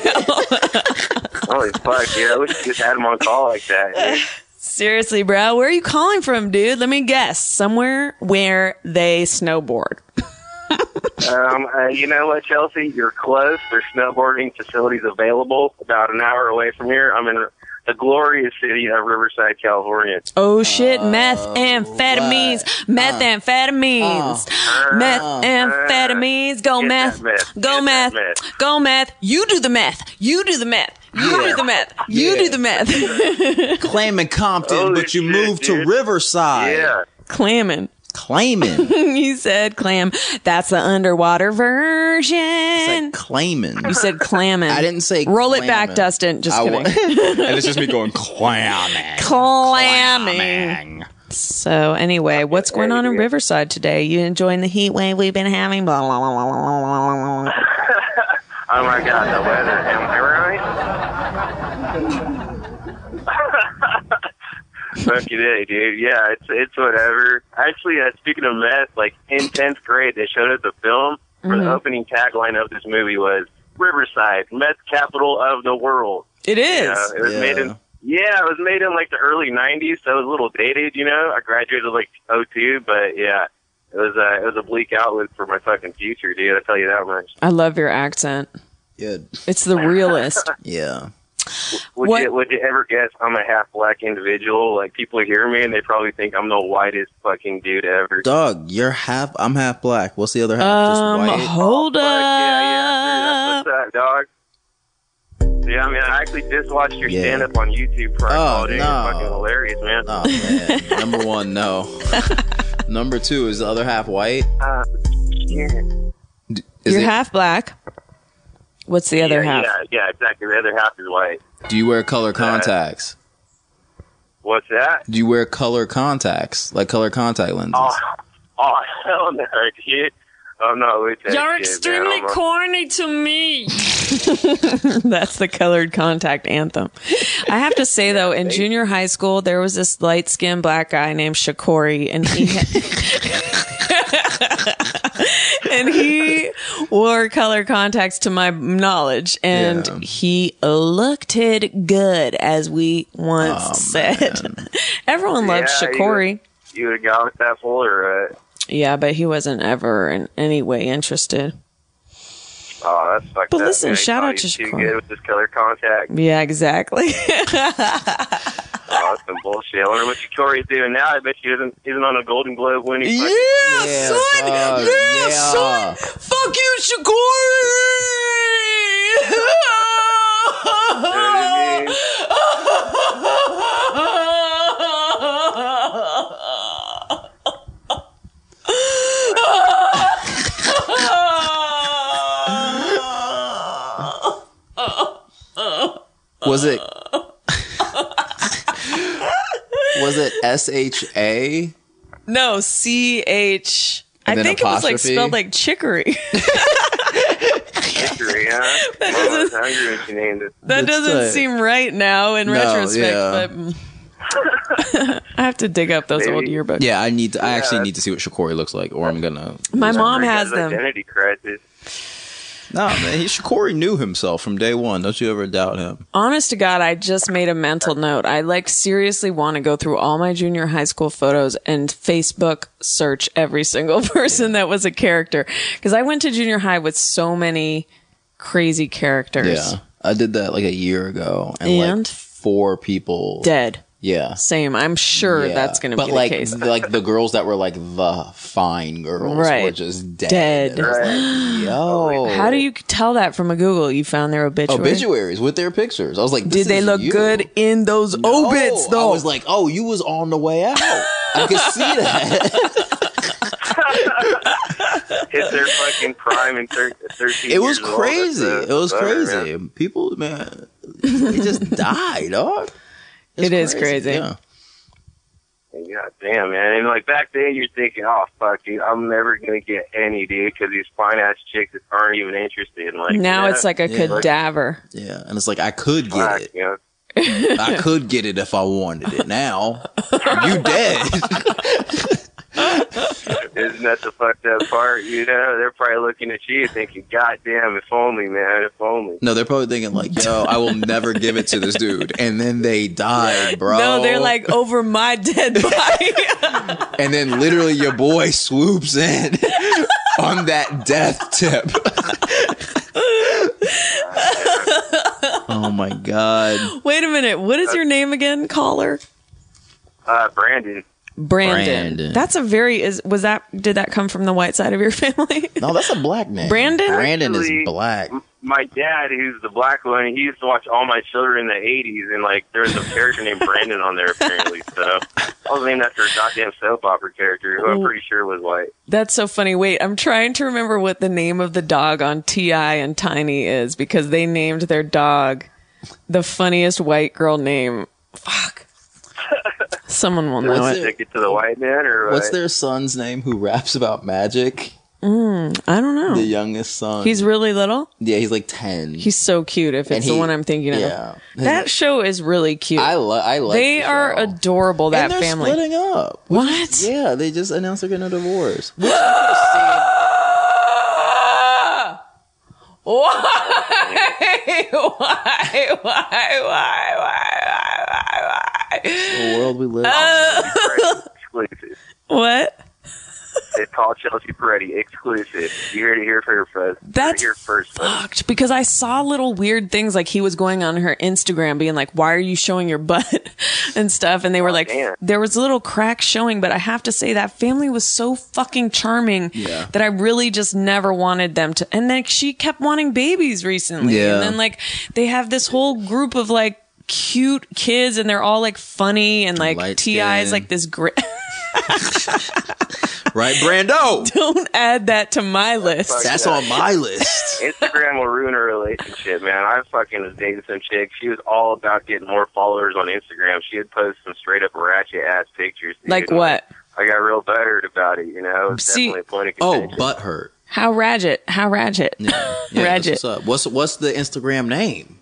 S6: Holy fuck, dude. I wish you just had him on call like that. dude.
S3: Seriously, bro, where are you calling from, dude? Let me guess. Somewhere where they snowboard.
S6: Um, uh, you know what, Chelsea? You're close. There's snowboarding facilities available about an hour away from here. I'm in the glorious city of Riverside, California.
S3: Oh shit, methamphetamines, methamphetamines, methamphetamines, go
S6: Get
S3: meth,
S6: that meth.
S3: go
S6: Get
S3: meth,
S6: that
S3: go meth, you do the meth, you do the meth, you do the meth, you do the meth. *laughs*
S4: Claiming Compton, but you moved to Riverside. Yeah.
S3: Clamming. *laughs*
S4: Claiming.
S3: you said clam. That's the underwater version.
S4: Claiming.
S3: You said clamming. I didn't say Roll it back,
S4: clamming.
S3: Dustin. Just
S4: I wa- *laughs*
S3: kidding.
S4: And it's just me going, clamming.
S3: clamming. So anyway, what's going on in Riverside today? You enjoying the heat wave we've been having? Blah blah blah blah blah blah. blah.
S6: Oh my god, the weather. Am I right? Fuck you day, dude. Yeah, it's it's whatever. Actually, uh, speaking of meth, like in tenth grade, they showed us a film where
S3: Mhm.
S6: the opening tagline of this movie was "Riverside, meth capital of the world."
S3: It is.
S6: You know, it was made in. Yeah, it was made in like the early '90s, so it was a little dated. You know, I graduated like '02, but yeah, it was uh, it was a bleak outlook for my fucking future, dude. I tell you that much.
S3: I love your accent.
S4: Good.
S3: It's the realest.
S4: yeah.
S6: Would you would you ever guess I'm a half black individual? Like people hear me and they probably think I'm the whitest fucking dude ever.
S4: Dog, you're half. I'm half black. What's the other half?
S3: Um,
S4: Just white. Oh,
S3: hold up.
S6: What's up, dog? Yeah, I mean, I actually just watched your
S4: Yeah.
S6: stand up on YouTube for
S4: Oh,
S6: oh, You're
S4: no.
S6: fucking hilarious, man.
S4: Oh, man. Number
S3: *laughs*
S4: one, no. Number two is the other half white.
S6: Uh, yeah.
S4: Is
S3: You're
S4: it-
S3: half black. What's the other
S6: yeah,
S3: half?
S6: Yeah, yeah, exactly. The other half
S4: *laughs*
S6: is white.
S4: Do you wear
S6: Uh,
S4: color contacts?
S6: What's that? *laughs*
S4: Do you wear color contacts, like color contact lenses?
S6: Oh, oh hell no, dude. I'm not with that.
S1: You're
S6: shit,
S1: extremely
S6: man. I'm a-
S1: corny to me.
S3: *laughs* That's the colored contact anthem. I have to say though, in junior high school, there was this light skinned black guy named Shakori and he *laughs* and he wore color contacts to my knowledge and he looked it good as we once said. *laughs* Everyone loved
S6: Yeah, you-
S3: Shakori.
S6: You would have gone with that fool or uh,
S3: Yeah, but he wasn't ever in any way interested.
S6: Oh, that's fucked
S3: But
S6: up,
S3: listen,
S6: man.
S3: shout
S6: Oh,
S3: out
S6: he's
S3: to
S6: too
S3: Shakur.
S6: good with this color contact.
S3: Yeah, exactly. *laughs*
S6: Oh, that's some bullshit. I wonder what Shakori's doing now. I bet she isn't isn't on a Golden Globe winning.
S3: Yeah, son!
S6: dog.
S3: yeah,
S6: Yeah.
S3: son! Fuck you, Shakori!
S4: Was *laughs* it? was it S H A?
S3: no, C H. I
S4: And then
S3: think it was like
S4: apostrophe?
S3: spelled like chicory.
S6: Hickory, huh? that doesn't, I was hungry when she named it.
S3: That doesn't seem right now in
S4: No,
S3: retrospect,
S4: yeah.
S3: but mm.
S4: *laughs*
S3: I have to dig up those old yearbooks.
S4: Yeah, I need. To, I actually need to see what Shakori looks like, or I'm gonna.
S3: My mom
S6: He
S3: has them.
S6: Identity crisis.
S4: No, man, he, Shakori knew himself from day one. Don't you ever doubt him.
S3: Honest to God, I just made a mental note. I like seriously want to go through all my junior high school photos and Facebook search every single *laughs* person that was a character. Because I went to junior high with so many crazy characters.
S4: Yeah, I did that like a year ago, and, like
S3: And?
S4: four people
S3: Dead.
S4: Yeah,
S3: Same. I'm sure
S4: Yeah.
S3: that's going to
S4: But
S3: be
S4: like,
S3: the case.
S4: th- like the girls that were like the fine girls were
S3: Right.
S4: just dead.
S3: Dead.
S4: And I was like, Yo,
S3: Oh, How do you tell that from a Google? You found their obituary.
S4: obituaries with their pictures? I was like, this
S3: Did they
S4: is
S3: look
S4: you.
S3: good in those obits
S4: I
S3: though?
S4: was like, oh, you was on the way out. I
S3: *laughs*
S4: could see that.
S6: Hit their fucking prime in thir- 13
S4: It was
S6: years old.
S4: crazy.
S6: That's,
S4: It
S6: uh,
S4: was
S6: butter,
S4: crazy.
S6: man.
S4: People, man, they
S3: *laughs*
S4: just died, dog.
S3: It is crazy.
S4: Yeah.
S6: God damn, man. And like back then, you're thinking, oh, fuck, dude, I'm never going to get any, dude, because these fine ass chicks that aren't even interested. Like
S3: now
S6: yeah.
S3: it's like a
S4: Yeah.
S3: cadaver.
S4: Yeah, and it's like I could get it.
S6: Yeah.
S3: *laughs*
S4: I could get it if I wanted it. Now you dead.
S6: Isn't that the fucked up part? You know, they're probably looking at you thinking, God damn, if only, man, if only.
S4: No, they're probably thinking like, "Yo, I will never give it to this dude," and then they die, bro.
S8: No, Oh, they're like over my *laughs*
S4: *laughs*
S8: dead body.
S4: and then literally your boy swoops
S8: *laughs*
S4: in on that death tip. oh my god,
S8: Wait a minute. What is your name again, caller?
S6: Uh, Brandon.
S8: Brandon.
S4: Brandon.
S8: That's a very is was that did that come from the white side of your *laughs* family?
S4: No, that's a black name.
S8: Brandon?
S4: Brandon is
S6: Actually,
S4: black.
S6: My dad, who's the black one, he used to watch all my children in the 80s, and, like, there was a character named Brandon on there, apparently. So I was named after a goddamn soap opera character who I'm pretty sure was white.
S8: That's so funny. Wait, I'm trying to remember what the name of the dog on TI and Tiny is because they named their dog the funniest white girl name.
S4: *laughs*
S8: Fuck. Someone will know it.
S6: Stick it to the white man, or
S4: What's
S6: what?
S4: their son's name who raps about magic?
S8: Mm, I don't know.
S4: The youngest son.
S8: He's really little.
S4: yeah, he's like ten.
S8: He's so cute if
S4: And
S8: it's
S4: he-
S8: the one I'm thinking of.
S4: yeah.
S8: That show is really cute. I,
S4: lo- I like
S8: They
S4: the
S8: are adorable, that
S4: and they're
S8: family.
S4: splitting up. which
S8: What?
S4: is- yeah, they just announced they're getting a divorce. Which-
S8: Uh, *laughs* Why? Why? Why? Why? Why? Why? Why?
S4: the world we live.
S8: Uh,
S6: Exclusive.
S8: what?
S6: They call Chelsea Peretti exclusive. You heard it here first, bud.
S8: That's
S6: here first, bud.
S8: fucked because I saw little weird things like he was going on her Instagram being like, "Why are you showing your butt?" *laughs* and stuff, and they were like,
S6: damn.
S8: there was little cracks showing, but I have to say that family was so fucking charming
S4: Yeah.
S8: that I really just never wanted them to. And then she kept wanting babies recently,
S4: Yeah.
S8: and then like they have this whole group of like cute kids, and they're all like funny and like
S4: Light
S8: Ti
S4: skin.
S8: is like this great.
S4: right, Brando.
S8: *laughs* Don't add that to my list.
S4: *laughs* That's on my list.
S6: Instagram will ruin a relationship, man. I fucking was dating some chick. She was all about getting more followers on Instagram. She had posted some straight up ratchet ass pictures. dude.
S8: Like what?
S6: I got real butthurt about it, you know? It was
S8: See-
S6: definitely a point of
S4: *laughs* Oh, *laughs*
S6: contention.
S4: butt hurt.
S8: How ratchet? How ratchet? *laughs*
S4: Yeah, that's
S8: Ratchet.
S4: What's up? What's what's the Instagram name?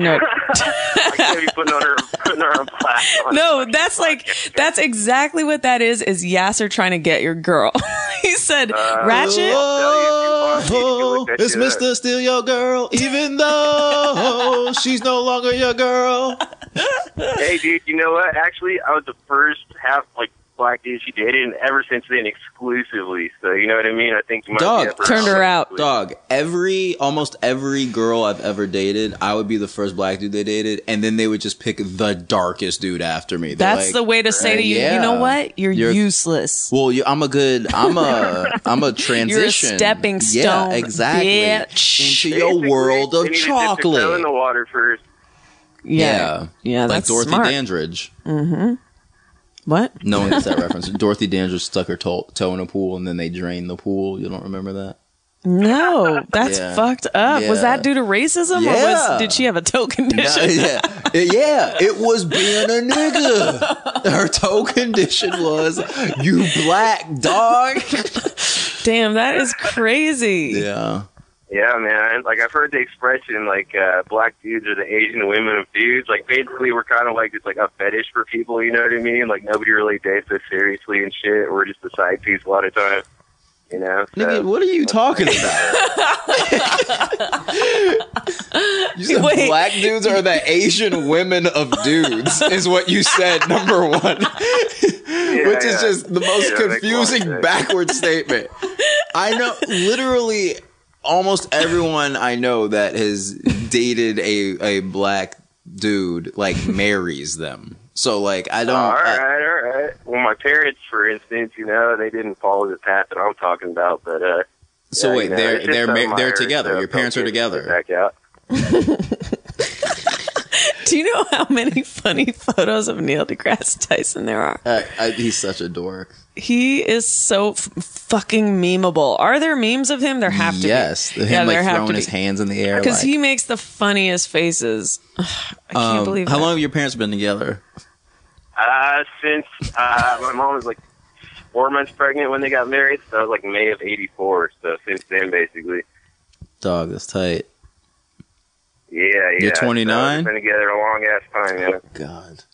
S8: No.
S6: I can't be putting on her putting her on blast. on
S8: No, that's like that's exactly what that is. Is Yasser trying to get your girl? *laughs* he said, "Ratchet."
S4: *laughs* Oh,
S6: that
S4: it's
S6: shit up.
S4: Mr. Steal Your Girl, even
S8: *laughs*
S4: though she's no longer your girl.
S6: hey, dude, you know what? Actually, I was the first half like black dude she dated, and ever since then, exclusively. So you know what I mean? I think you might
S4: Dog,
S6: be up for-
S8: Turned her out.
S4: Dog, every almost every girl I've ever dated, I would be the first black dude they dated, and then they would just pick the darkest dude after me. They're
S8: That's
S4: like,
S8: the way to say to you, you know
S4: yeah.
S8: what? You're,
S4: You're-
S8: useless.
S4: Well, you, I'm a good. I'm
S8: *laughs*
S4: a. I'm a transition.
S8: stepping stone,
S4: Yeah, exactly.
S8: bitch.
S4: Into your
S6: Basically,
S4: world
S6: they
S4: of
S6: needed to dip their toe in
S4: chocolate.
S6: the water first.
S8: Yeah, yeah,
S4: like
S8: that's
S4: Dorothy
S8: smart.
S4: Dandridge.
S8: Mm-hmm. What?
S4: No one gets that reference. *laughs* Dorothy Dandridge stuck her toe, toe in a pool, and then they drained the pool. You don't remember
S8: *laughs*
S4: that?
S8: No, that's
S4: Yeah.
S8: fucked up. Was
S4: Yeah.
S8: that due to racism, or
S4: Yeah.
S8: was did she have a toe
S4: No, *laughs*
S8: condition?
S4: yeah, yeah. It was being a nigga. Her toe condition was you black dog.
S8: *laughs* Damn, that is crazy.
S4: Yeah.
S6: Yeah, man. Like I've heard the expression, like uh, black dudes are the Asian women of dudes. Like basically, we're kind of like just like a fetish for people. You know what I mean? Like nobody really dates us seriously and shit. We're just a side piece a lot of times. You know? So-
S4: Nigga, what are you talking about? *laughs*
S6: *laughs*
S4: you said
S8: Wait.
S4: black dudes are the Asian women of
S6: *laughs*
S4: dudes, is what you said, number one.
S6: Yeah,
S4: Which is
S6: yeah.
S4: just the most
S6: Yeah, that makes a lot of
S4: confusing
S6: sense. *laughs*
S4: backward statement. I know literally almost everyone I know that has dated a, a black dude
S6: *laughs*
S4: like marries them. So like I don't uh,
S6: all
S4: I-
S6: right, all right. Well, my parents, for instance, you know, they didn't follow the path that I'm talking about, but uh.
S4: So
S6: yeah,
S4: wait,
S6: you know,
S4: they're
S6: it's just
S4: they're
S6: something
S4: mar-
S6: I
S4: they're
S6: heard,
S4: together.
S6: so
S4: Your parents are
S6: don't get me
S4: together.
S6: Back out.
S8: Do you know how many funny *laughs* photos of Neil deGrasse Tyson there are?
S4: Uh, I, he's such a dork.
S8: He is so f- fucking memeable. Are there memes of him? There have to
S4: yes,
S8: be.
S4: him
S8: yeah,
S4: like
S8: there have
S4: throwing
S8: to
S4: his
S8: be.
S4: hands in the air.
S8: Because
S4: like,
S8: he makes the funniest faces. *sighs* I can't
S4: um,
S8: believe
S4: How
S8: that.
S4: long have your parents been together?
S6: Uh, since uh, my mom was like four months pregnant when they got married, so that was like May of '84. So since then, basically,
S4: Dog, that's tight.
S6: yeah, yeah.
S4: You're
S6: So
S4: 29?
S6: we've been together a long ass time. Yeah.
S4: God,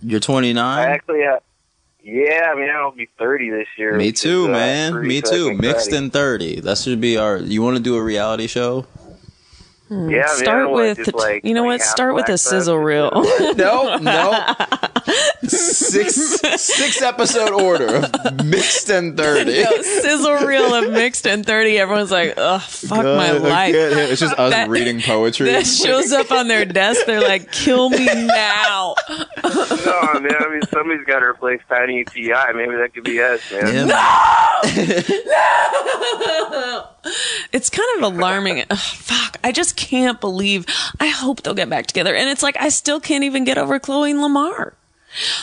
S4: you're
S6: I
S4: 29.
S6: actually, uh, Yeah, I mean, I'll be 30 this year.
S4: Me
S6: which is,
S4: too,
S6: uh,
S4: man.
S6: pretty
S4: Me too.
S6: fucking
S4: Mixed
S6: exciting.
S4: in 30. That should be our. You want to do a reality
S8: *laughs*
S4: show?
S8: Hmm.
S4: Yeah, I mean, I
S8: start
S4: don't wanna
S8: with
S4: just,
S8: the t-
S4: like-
S8: you know
S4: like
S8: what? Start with a
S4: half-black
S8: sizzle reel.
S4: No, no.
S8: *laughs*
S4: Six six episode order of mixed in
S8: *laughs*
S4: 30.
S8: No, sizzle reel of mixed and 30. Everyone's like, oh, fuck my
S12: God, I
S8: life.
S12: can't hear- It's just us
S8: *laughs* That-
S12: reading poetry.
S8: That shows up on their desk. They're like, kill me now.
S6: *laughs* no, man. I mean, somebody's got to replace Tiny Ti. Maybe that could be us, man.
S8: it's kind of alarming. Ugh, fuck. I just can't believe. I hope they'll get back together. And it's like, I still can't even get over Chloe and Lamar.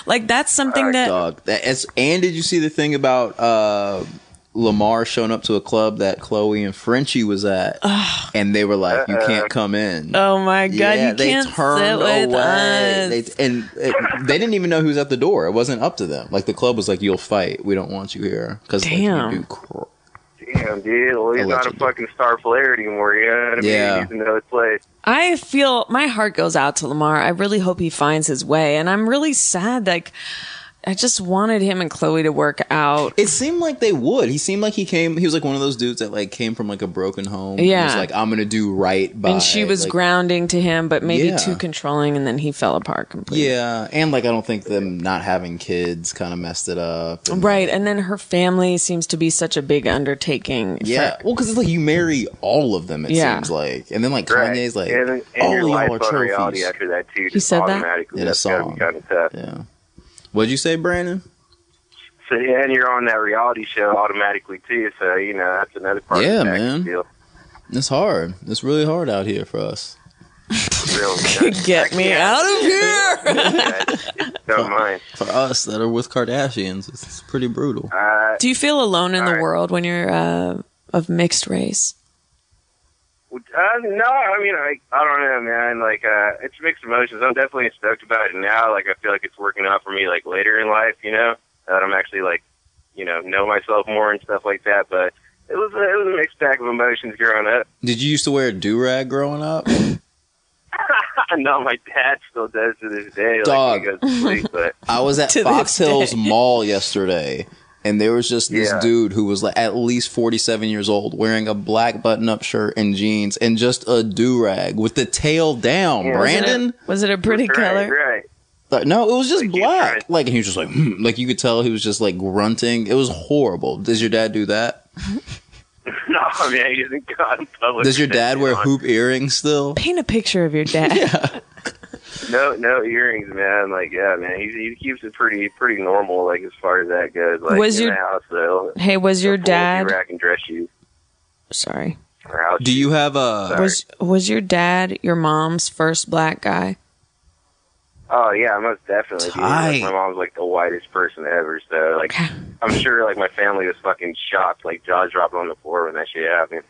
S8: Like, that's something that.
S4: Dog. That is, and did you see the thing about uh, Lamar showing up to a club that Chloe and Frenchie was at? and they were like, you can't come in.
S8: Oh my God.
S4: yeah,
S8: you
S4: they
S8: can't
S4: turned
S8: sit with
S4: away.
S8: us.
S4: They, and it, they didn't even know who was at the door. It wasn't up to them. Like the club was like, "You'll fight. We don't want you here." Because like, you
S6: Damn.
S4: do cr-
S6: Damn, dude. Well, he's not a fucking star player anymore. You know what I mean?
S4: Yeah.
S6: He's another place.
S8: I feel my heart goes out to Lamar. I really hope he finds his way. And I'm really sad. Like, I just wanted him and Chloe to work out.
S4: It seemed like they would. He seemed like he came. He was like one of those dudes that like came from like a broken home. and
S8: Yeah.
S4: was like I'm gonna do right by.
S8: and she was
S4: like,
S8: grounding to him, but maybe
S4: Yeah.
S8: too controlling. And then he fell apart completely.
S4: Yeah, and like I don't think them not having kids kind of messed it up. and-
S8: Right. And then her family seems to be such a big undertaking.
S4: Yeah, well, because it's like you marry all of them. It
S8: Yeah.
S4: seems like, and then like Kanye's like,
S6: and, and
S4: all
S6: your
S4: y'all
S6: life
S4: are
S6: on reality
S4: trophies.
S6: after that too.
S4: He
S6: just
S4: said that?
S6: automatically.
S4: In a
S6: That's gotta
S4: song.
S6: Be kind of tough.
S4: Yeah. What'd you say, Brandon?
S6: So yeah, and you're on that reality show automatically too. So you know that's another part.
S4: Yeah,
S6: of the
S4: man.
S6: Deal.
S4: It's hard. It's really hard out here for us.
S6: Real.
S8: Get me out of *laughs* here.
S6: Don't mind.
S4: For us that are with Kardashians, it's, it's pretty brutal.
S8: Do you feel alone in the world when you're uh, of mixed race?
S6: Uh, no, I mean, I, I don't know, man. Like, uh, it's mixed emotions. I'm definitely stoked about it now. Like, I feel like it's working out for me, like, later in life, you know, that I'm actually, like, you know, know myself more and stuff like that. But it was a, it was a mixed bag of emotions growing up. *laughs*
S4: Did you used to wear a do rag growing up?
S6: no, my dad still does to this day. Like,
S4: Dog.
S6: When he goes to
S4: *laughs*
S6: sleep, but
S4: I was at
S6: *laughs* To this
S4: Fox Hills
S6: day.
S4: Mall yesterday, and there was just this
S6: Yeah.
S4: dude who was like at least 47 years old, wearing a black button-up shirt and jeans, and just a do rag with the tail down. Brandon,
S8: Was it a, was it a pretty color?
S6: Right. *laughs*
S4: Like, no, it was just black. Like, and he was just like, hmm. like you could tell he was just like grunting. It was horrible. Does your dad do that?
S6: no, man, he doesn't go out in public.
S4: Does your dad wear
S6: on.
S4: hoop earrings still?
S8: Paint a picture of
S4: *laughs*
S8: your dad.
S6: No, no earrings, man. Like, yeah, man, he, he keeps it pretty, pretty normal. Like, as far as that goes, like
S8: Was
S6: in
S8: your-
S6: the house though.
S8: Hey, was your
S6: full
S8: dad-
S6: rack and dress shoes?
S8: Sorry.
S6: Or house
S4: Do you have a?
S8: Was was your dad your mom's first black guy?
S6: Oh yeah, most definitely. Dude. Like, my mom's like the whitest person ever, so like I'm sure like my family was fucking shocked, like jaw dropped on the floor when that shit happened.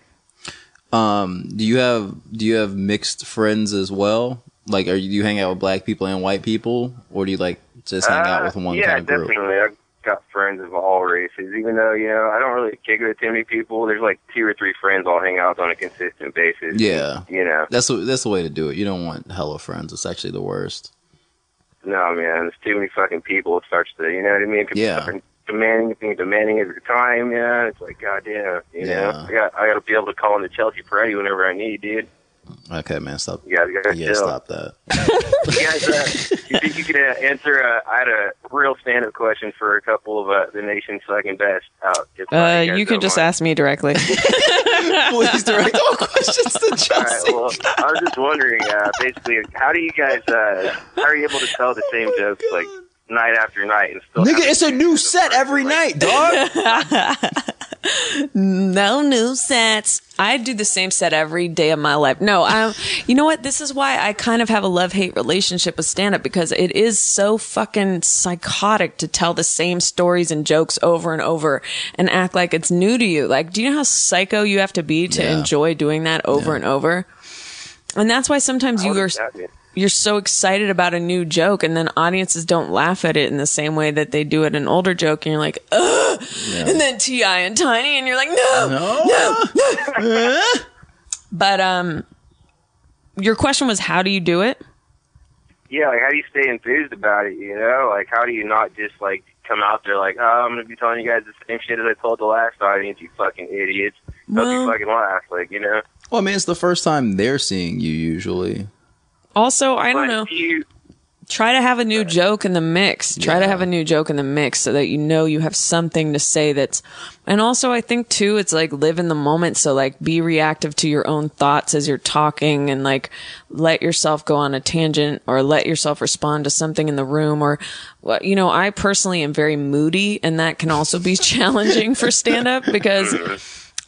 S4: Um, do you have do you have mixed friends as well? Like, are you, do you hang out with black people and white people, or do you like just hang out
S6: Uh,
S4: with one
S6: yeah,
S4: kind of group?
S6: definitely. I've got friends of all races, even though you know I don't really kick it with too many people. There's like two or three friends I'll hang out with on a consistent basis.
S4: Yeah,
S6: you know.
S4: that's the- that's the way to do it. You don't want hello friends. It's actually the worst.
S6: No, man, there's too many fucking people. It starts to, you know what I mean? People
S4: Yeah.
S6: fucking Demanding, being demanding of your time, yeah. It's like, goddamn, you know.
S4: Yeah.
S6: I got, I got to be able to call into Chelsea Peretti whenever I need, dude.
S4: Okay, man, stop.
S6: Yeah, you gotta chill.
S4: stop that.
S6: You guys, uh, you think you could uh, answer? Uh, I had a real stand-up question for a couple of uh, the nation's fucking best out. Just
S8: Uh, you can just ask me directly.
S4: Please direct all questions
S6: *laughs*
S4: to Chelsea.
S1: *laughs*
S6: All right, well, I was just wondering, uh, basically, how do you guys, uh, how are you able to tell the same jokes like night after night and still?
S4: Nigga, it's a new set every *laughs* night, dog.
S8: no new sets. I do the same set every day of my life. No, um, you know what? This is why I kind of have a love hate relationship with stand up because it is so fucking psychotic to tell the same stories and jokes over and over and act like it's new to you. Like, do you know how psycho you have to be to
S13: Yeah.
S8: enjoy doing that over and over? And that's why sometimes you are you're so excited about a new joke and then audiences don't laugh at it in the same way that they do at an older joke and you're like, ugh. And then Ti and Tiny and you're like, no, no, no. but um, your question was, how do you do it?
S6: Yeah, like how do you stay enthused about it? You know, like how do you not just like
S1: come out there like, oh, I'm gonna be telling you guys the same shit as I told the last audience, you fucking idiots. Hope
S4: Well-
S1: you fucking laugh, like you know.
S4: Well, I mean, it's the first time they're seeing you usually.
S8: Also, I don't know. Try to have a new joke in the mix. Try to have a new joke in the mix so that you know you have something to say that's and also I think too it's like live in the moment so like be reactive to your own thoughts as you're talking and like let yourself go on a tangent or let yourself respond to something in the room or well, you know, I personally am very moody and that can also be *laughs* challenging for stand up because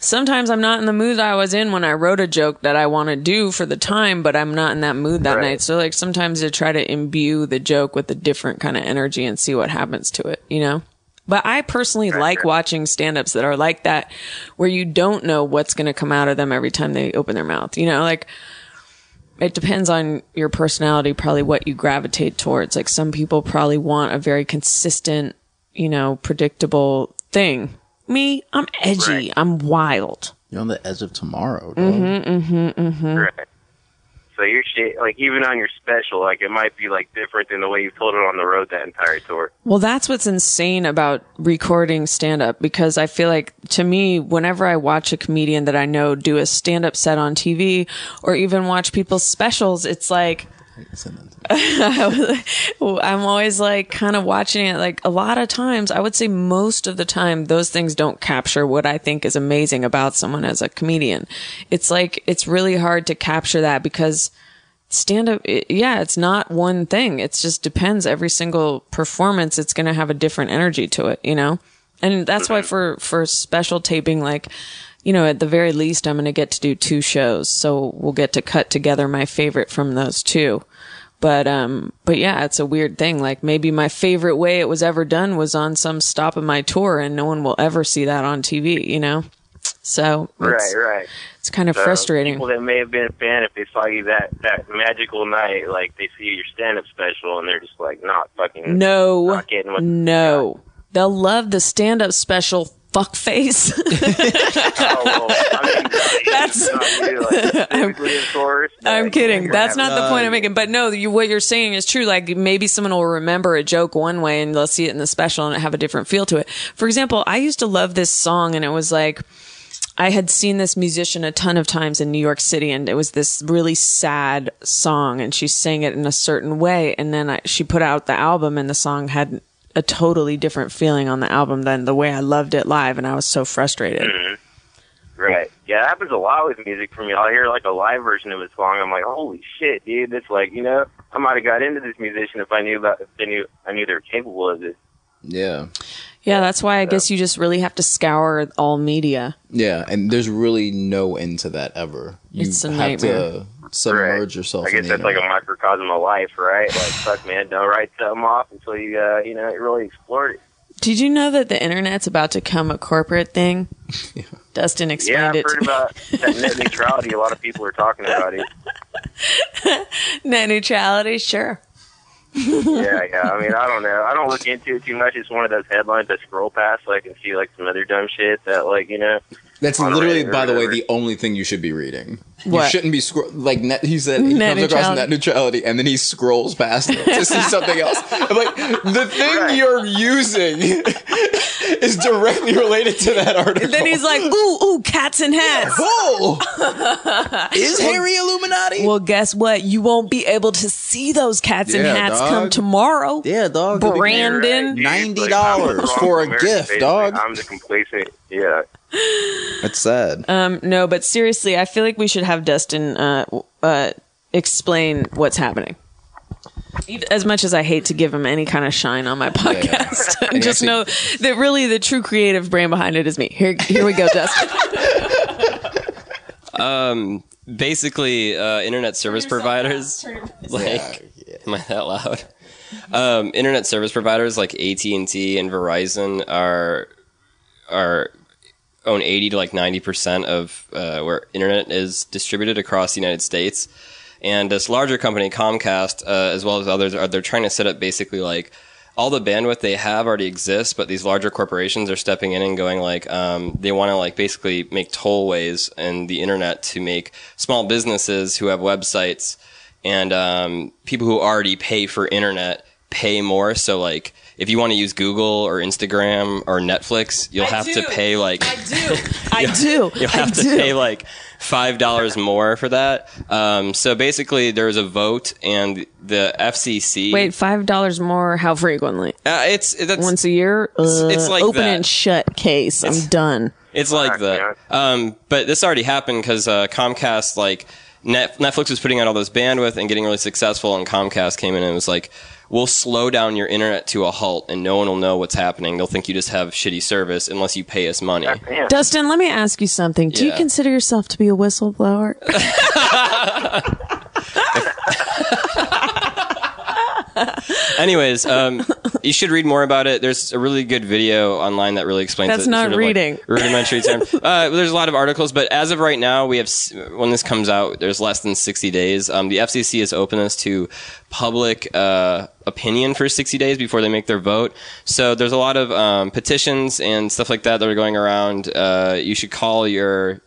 S8: sometimes I'm not in the mood I was in when I wrote a joke that I want to do for the time, but I'm not in that mood that night. So like sometimes you try to imbue the joke with a different kind of energy and see what happens to it, you know? But I personally like watching stand ups that are like that where you don't know what's going to come out of them every time they open their mouth, you know, like it depends on your personality, probably what you gravitate towards. Like some people probably want a very consistent, you know, predictable thing. Me, I'm edgy. I'm wild.
S4: You're on the edge of tomorrow. dog.
S8: Mm-hmm, mm-hmm, mm-hmm.
S1: Right. So your shit, like even on your special, like it might be like different than the way you've told it on the road that entire tour.
S8: Well, that's what's insane about recording stand up because I feel like to me, whenever I watch a comedian that I know do a stand up set on TV or even watch people's specials, it's like, *laughs* I'm always like kind of watching it. Like a lot of times, I would say most of the time, those things don't capture what I think is amazing about someone as a comedian. It's like, it's really hard to capture that because stand up it, yeah it's not one thing it just depends every single performance it's going to have a different energy to it you know and that's
S1: Mm-hmm.
S8: why for for special taping like you know at the very least i'm going to get to do two shows so we'll get to cut together my favorite from those two but um but yeah it's a weird thing like maybe my favorite way it was ever done was on some stop of my tour and no one will ever see that on tv you know so it's-
S1: right, right.
S8: it's kind of
S1: So,
S8: frustrating
S1: People that may have been a fan, if they saw you that that magical night, like they see your stand-up special, and they're just like, not fucking.
S8: No.
S1: Not getting what.
S8: No. They'll love the stand up special fuck face.
S1: Oh,
S8: *laughs* That's. *laughs* I'm, *laughs* I'm *laughs* kidding. That's not the point I'm making. But no, you, what you're saying is true. Like maybe someone will remember a joke one way and they'll see it in the special and have a different feel to it. For example, I used to love this song and it was like, I had seen this musician a ton of times in New York City, and it was this really sad song, and she sang it in a certain way. And then I, she put out the album, and the song had a totally different feeling on the album than the way I loved it live, and I was so frustrated.
S1: Mhm. Right. Yeah, it happens a lot with music for me. I'll hear like a live version of a song. I'm like, holy shit, dude. That's like, you know, I might have got into this musician if I knew about if they knew I knew they were capable of this.
S4: Yeah.
S8: Yeah, that's why I guess you just really have to scour all media.
S4: Yeah, and there's really no end to that ever. You
S8: It's a
S4: have
S8: nightmare.
S4: to submerge yourself.
S1: I
S4: in
S1: guess
S4: the
S1: that's like a
S4: internet.
S1: microcosm of life, right? Like, fuck, man, don't write something off until you, uh, you know, really explored it.
S8: Did you know that the internet's about to become a
S4: *laughs*
S8: corporate thing? Dustin
S1: yeah,
S8: explained
S1: I've
S8: it. To
S1: heard about that net neutrality. A lot of people are talking about
S6: *laughs*
S1: it.
S8: me. Net neutrality, sure.
S1: Yeah, yeah. I mean, I don't know. I don't look into it too much. It's one of those headlines I scroll past so I can see like some other dumb shit that, like, you know,
S4: That's
S1: on the
S4: literally,
S1: radio
S4: by
S1: or
S4: the way,
S1: whatever.
S4: the only thing you should be reading. You
S1: What?
S4: shouldn't be scroll like net, he said. He
S1: Net
S4: comes across
S1: neutrality.
S4: net neutrality, and then he scrolls past it to
S8: *laughs*
S4: see something else. I'm like the thing you're using *laughs* is directly related to that article.
S8: And
S4: *laughs*
S8: then he's like, ooh, ooh, cats and hats. *laughs*
S4: Whoa! Is Harry Illuminati?
S8: Well, guess what? You won't be able to see those cats and
S4: Yeah,
S8: hats
S4: dog.
S8: come tomorrow.
S4: Yeah, dog.
S8: Brandon.
S4: ninety
S1: I'm the
S4: dollars
S1: wrong
S4: for a
S1: American,
S4: gift,
S1: basically.
S4: dog.
S1: I'm the complacent. Yeah.
S4: That's sad.
S8: Um, no, but seriously, I feel like we should have Dustin uh, w- uh, explain what's happening. Even- As much as I hate to give him any kind of shine on my podcast, *laughs*
S4: Yeah.
S8: just know that really the true creative brain behind it is me. Here,
S4: *laughs*
S8: here we go, Dustin.
S6: Um, basically, uh, internet service providers, like, am I that loud? Um, internet service providers like AT and T and Verizon are are own eighty to like ninety percent of uh, where internet is distributed across the United States. And this larger company, Comcast, uh, as well as others, are they're trying to set up basically like all the bandwidth they have already exists, but these larger corporations are stepping in and going like um, they want to like basically make tollways and the internet to make small businesses who have websites and um, people who already pay for internet
S11: pay more. So like if you want to use Google or Instagram or Netflix, you'll
S8: I
S11: have
S8: do.
S11: to pay like
S8: I do. *laughs* I do.
S11: You'll have
S8: I
S11: to
S8: do.
S11: pay like five dollars more for that. Um, so basically, there was a vote, and the FCC.
S8: Wait, five dollars more? How frequently?
S11: Uh, it's that's,
S8: Once a year?
S11: It's-
S8: Uh,
S11: it's like
S8: open
S11: that.
S8: and shut case. I'm done.
S11: It's like that. Um, but this already happened because uh, Comcast, like Net- Netflix, was putting out all this bandwidth and getting really successful, and Comcast came in and was like, "We'll slow down your internet to a halt, and no one will know what's happening. They'll think you just have shitty service unless you pay us money."
S8: Dustin, let me ask you something. Do
S11: Yeah.
S8: you consider yourself to be a
S11: *laughs*
S8: whistleblower?
S11: Anyways, um, you should read more about it. There's a really good video online that really explains.
S8: That's
S11: it,
S8: not
S11: sort of like
S8: reading. *laughs*
S11: rudimentary term. Uh, there's a lot of articles, but as of right now, we have s- when this comes out, there's less than 60 days. Um, the FCC has opened this to public uh, opinion for 60 days before they make their vote. So there's a lot of um, petitions and stuff like that that are going around. Uh, you should call your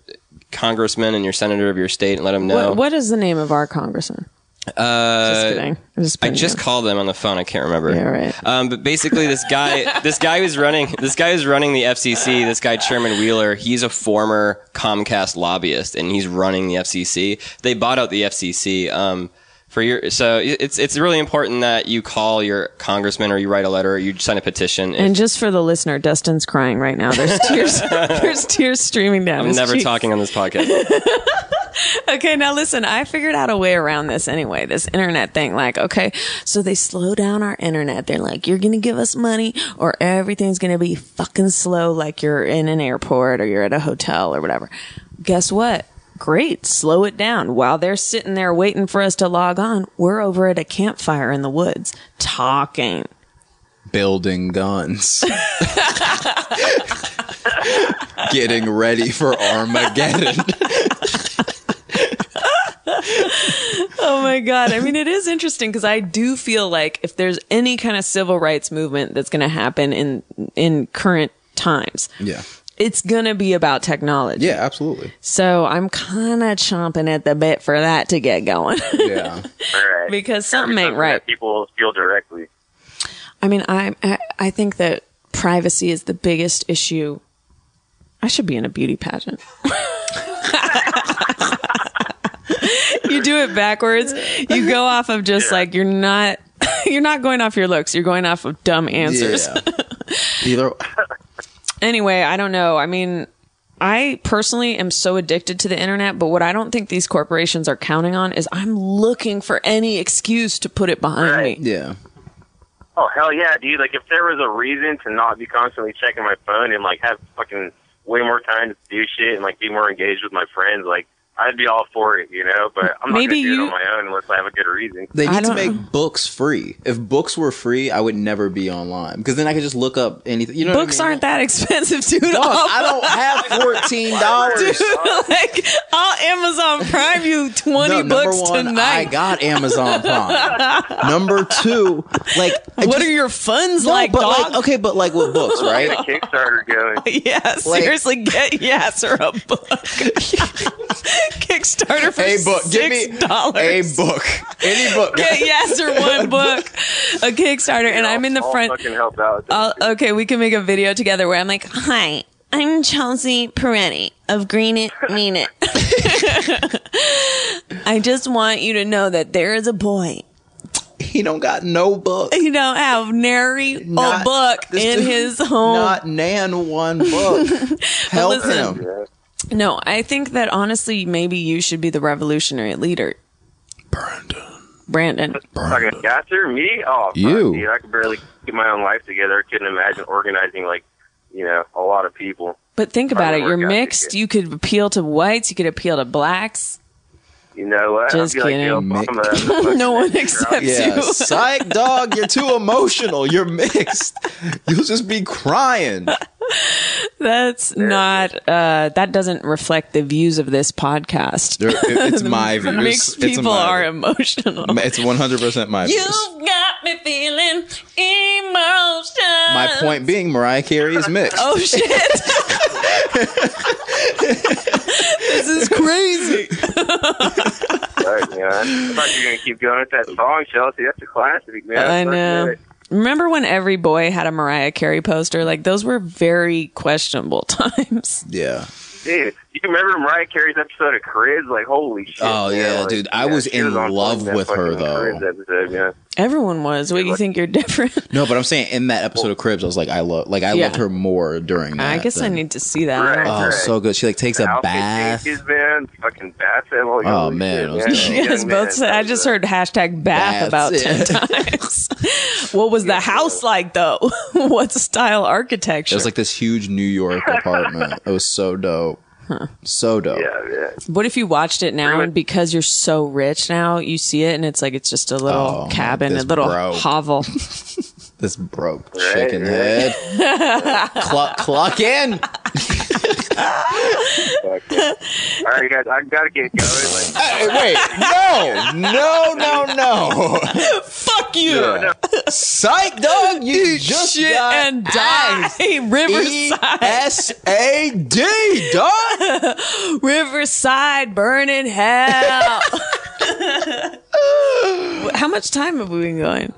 S11: congressman and your senator of your state and let them know.
S8: What, what is the name of our congressman?
S11: Uh,
S8: Just kidding. I'm just
S11: I
S8: kidding.
S11: just called them on the phone. I can't remember.
S8: Yeah, right.
S11: Um, but basically, this guy, this guy who's running, this guy who's running the FCC, this guy Sherman Wheeler, he's a former Comcast lobbyist, and he's running the FCC. They bought out the FCC. Um, for your, so it's it's really important that you call your congressman or you write a letter or you sign a petition.
S8: And just for the listener, Dustin's crying right now. There's *laughs* tears. there's tears streaming down.
S11: I'm
S8: his
S11: never
S8: cheeks.
S11: talking on this podcast.
S8: okay, now listen, I figured out a way around this anyway, this internet thing. Like, okay, so they slow down our internet. They're like, you're going to give us money or everything's going to be fucking *laughs* slow, like you're in an airport or you're at a hotel or whatever. Guess what? Great, slow it down. While they're sitting there waiting for us to log on, we're over at a campfire in the woods talking.
S4: Building guns. Getting ready for Armageddon.
S8: oh my god i mean it is interesting because i do feel like if there's any kind of civil rights movement that's going to happen in in current times
S4: Yeah.
S8: it's going to be about technology
S4: Yeah, absolutely.
S8: so i'm kind of chomping at the bit for that to get going *laughs*
S4: yeah
S1: Right.
S8: because something ain't right
S1: That people feel directly.
S8: I mean, I I- I think that privacy is the biggest issue. I should be in a beauty pageant. *laughs* you do it backwards. You go off of just like you're not *laughs* you're not going off your looks. You're going off of dumb answers.
S4: Yeah. *laughs* Either
S8: anyway, I don't know. I mean, I personally am so addicted to the internet, but what I don't think these corporations are counting on is I'm looking for any excuse to put it behind me.
S4: Yeah.
S1: Oh hell yeah, dude! Like if there was a reason to not be constantly checking my phone and like have fucking way more time to do shit and like be more engaged with my friends, like I'd be all for it, you know.
S8: *laughs*
S1: But I'm not
S8: Maybe
S1: gonna do
S8: you-
S1: it on my own unless I have a good reason.
S4: They need to make books free. If books were free, I would never be online because then I could just look up anything. You know,
S8: Books aren't that *laughs* expensive, dude.
S4: Dog,
S8: All-
S4: I don't have fourteen dollars.
S8: Dude, like I'll Amazon Prime *laughs* you twenty books tonight.
S4: I got Amazon Prime. number two, like I
S8: what
S4: just-
S8: are your funds
S4: No,
S8: like,
S4: but
S8: dog?
S4: like, okay, but like with books, right?
S8: *laughs*
S1: Get a Kickstarter going.
S8: yeah,
S4: Like-
S8: seriously, get yes or a book. Kickstarter for
S4: a book. Give
S8: six
S4: me
S8: dollars.
S4: a book. Any book.
S8: Get *laughs* yes or one book, a Kickstarter, and I'm in the front.
S1: Fucking help out.
S8: I'll, okay, we can make a video together where I'm like, "Hi, I'm Chelsea Peretti of Green It Mean It. *laughs* I just want you to know that there is a boy.
S4: *laughs* He don't got no book.
S8: *laughs* He don't have nary
S4: Not-
S8: a book
S4: this
S8: in
S4: dude-
S8: his home.
S4: Not nan one
S8: *laughs*
S4: book. Help
S8: listen.
S4: him.
S8: *laughs* no, I think that honestly, maybe you should be the revolutionary leader, Brandon. Brandon.
S1: Fucking gasser, uh, me? Oh, fuck,
S8: You.
S1: dude, I could barely get my own life together. Couldn't imagine organizing like you know a lot of people.
S8: But think
S1: Probably
S8: about it.
S1: work
S8: You're
S1: out
S8: mixed. You could appeal to whites. You could appeal to blacks.
S1: You know what?
S8: Just
S1: I'd be
S8: kidding.
S1: Like, Bill Obama.
S8: no one accepts
S4: Oh, Yeah,
S8: you.
S4: psych dog, you're too emotional. You're mixed. You'll just be crying.
S8: That's not. Uh, that doesn't reflect the views of this podcast.
S4: There-
S8: *laughs*
S4: it- it's my views.
S8: Mixed
S4: It's
S8: people
S4: my-
S8: are emotional.
S4: It's 100% my
S3: You
S4: views.
S3: got me feeling emotion.
S4: My
S8: *laughs*
S4: point being, Mariah Carey is mixed.
S3: Oh shit.
S8: this is crazy.
S1: Sorry, man.
S6: man. I thought you were gonna keep going with that song, Chelsea. That's a classic, man.
S3: I
S6: Fuck
S3: know.
S6: it.
S3: Remember when every boy had a Mariah Carey poster? Like those were very questionable *laughs* times.
S4: Yeah.
S6: Dude, you remember Mariah Carey's episode of Cribs? Like, holy shit.
S4: Oh
S6: man.
S4: yeah,
S6: Like,
S4: dude. I was
S6: she
S4: in
S6: on
S4: love
S6: that
S4: with her
S6: fucking
S4: though.
S6: Cribs episode, yeah.
S3: Everyone was. What do you think you're different?
S4: No, but I'm saying in that episode of Cribs, I was like, I love, like I
S3: Yeah.
S4: loved her more during that.
S3: I guess I
S4: than-
S3: need to see that.
S4: Oh, so good. She like takes a bath.
S6: His man, fucking bath. and all-
S4: Oh
S6: holy
S4: man,
S6: shit,
S4: it was
S6: man.
S3: You guys
S8: *laughs*
S6: Young
S3: both
S6: man.
S3: said. I just heard hashtag bath
S4: Baths,
S3: about
S6: *laughs*
S3: ten
S4: yeah.
S3: times. *laughs* what was the house like though? *laughs* what style
S4: It
S3: architecture?
S4: was like this huge New
S6: *laughs*
S4: York apartment. it was so dope. So dope.
S3: what if you watched it now and because you're so rich now, you see it and it's like it's just a little cabin, a
S4: this
S3: little
S4: broke.
S3: hovel.
S4: This broke
S6: Right,
S4: chicken
S6: right.
S4: head.
S3: *laughs*
S4: clock, clock in.
S6: All right, guys, I gotta get going. Like,
S4: Hey, wait, no, no, no, no.
S3: *laughs* Fuck you.
S4: Psych dog, you just
S3: shit
S4: got E
S3: and die. Riverside.
S4: S A D
S3: *laughs*
S4: dog.
S3: Riverside burning hell. How much time have we been going?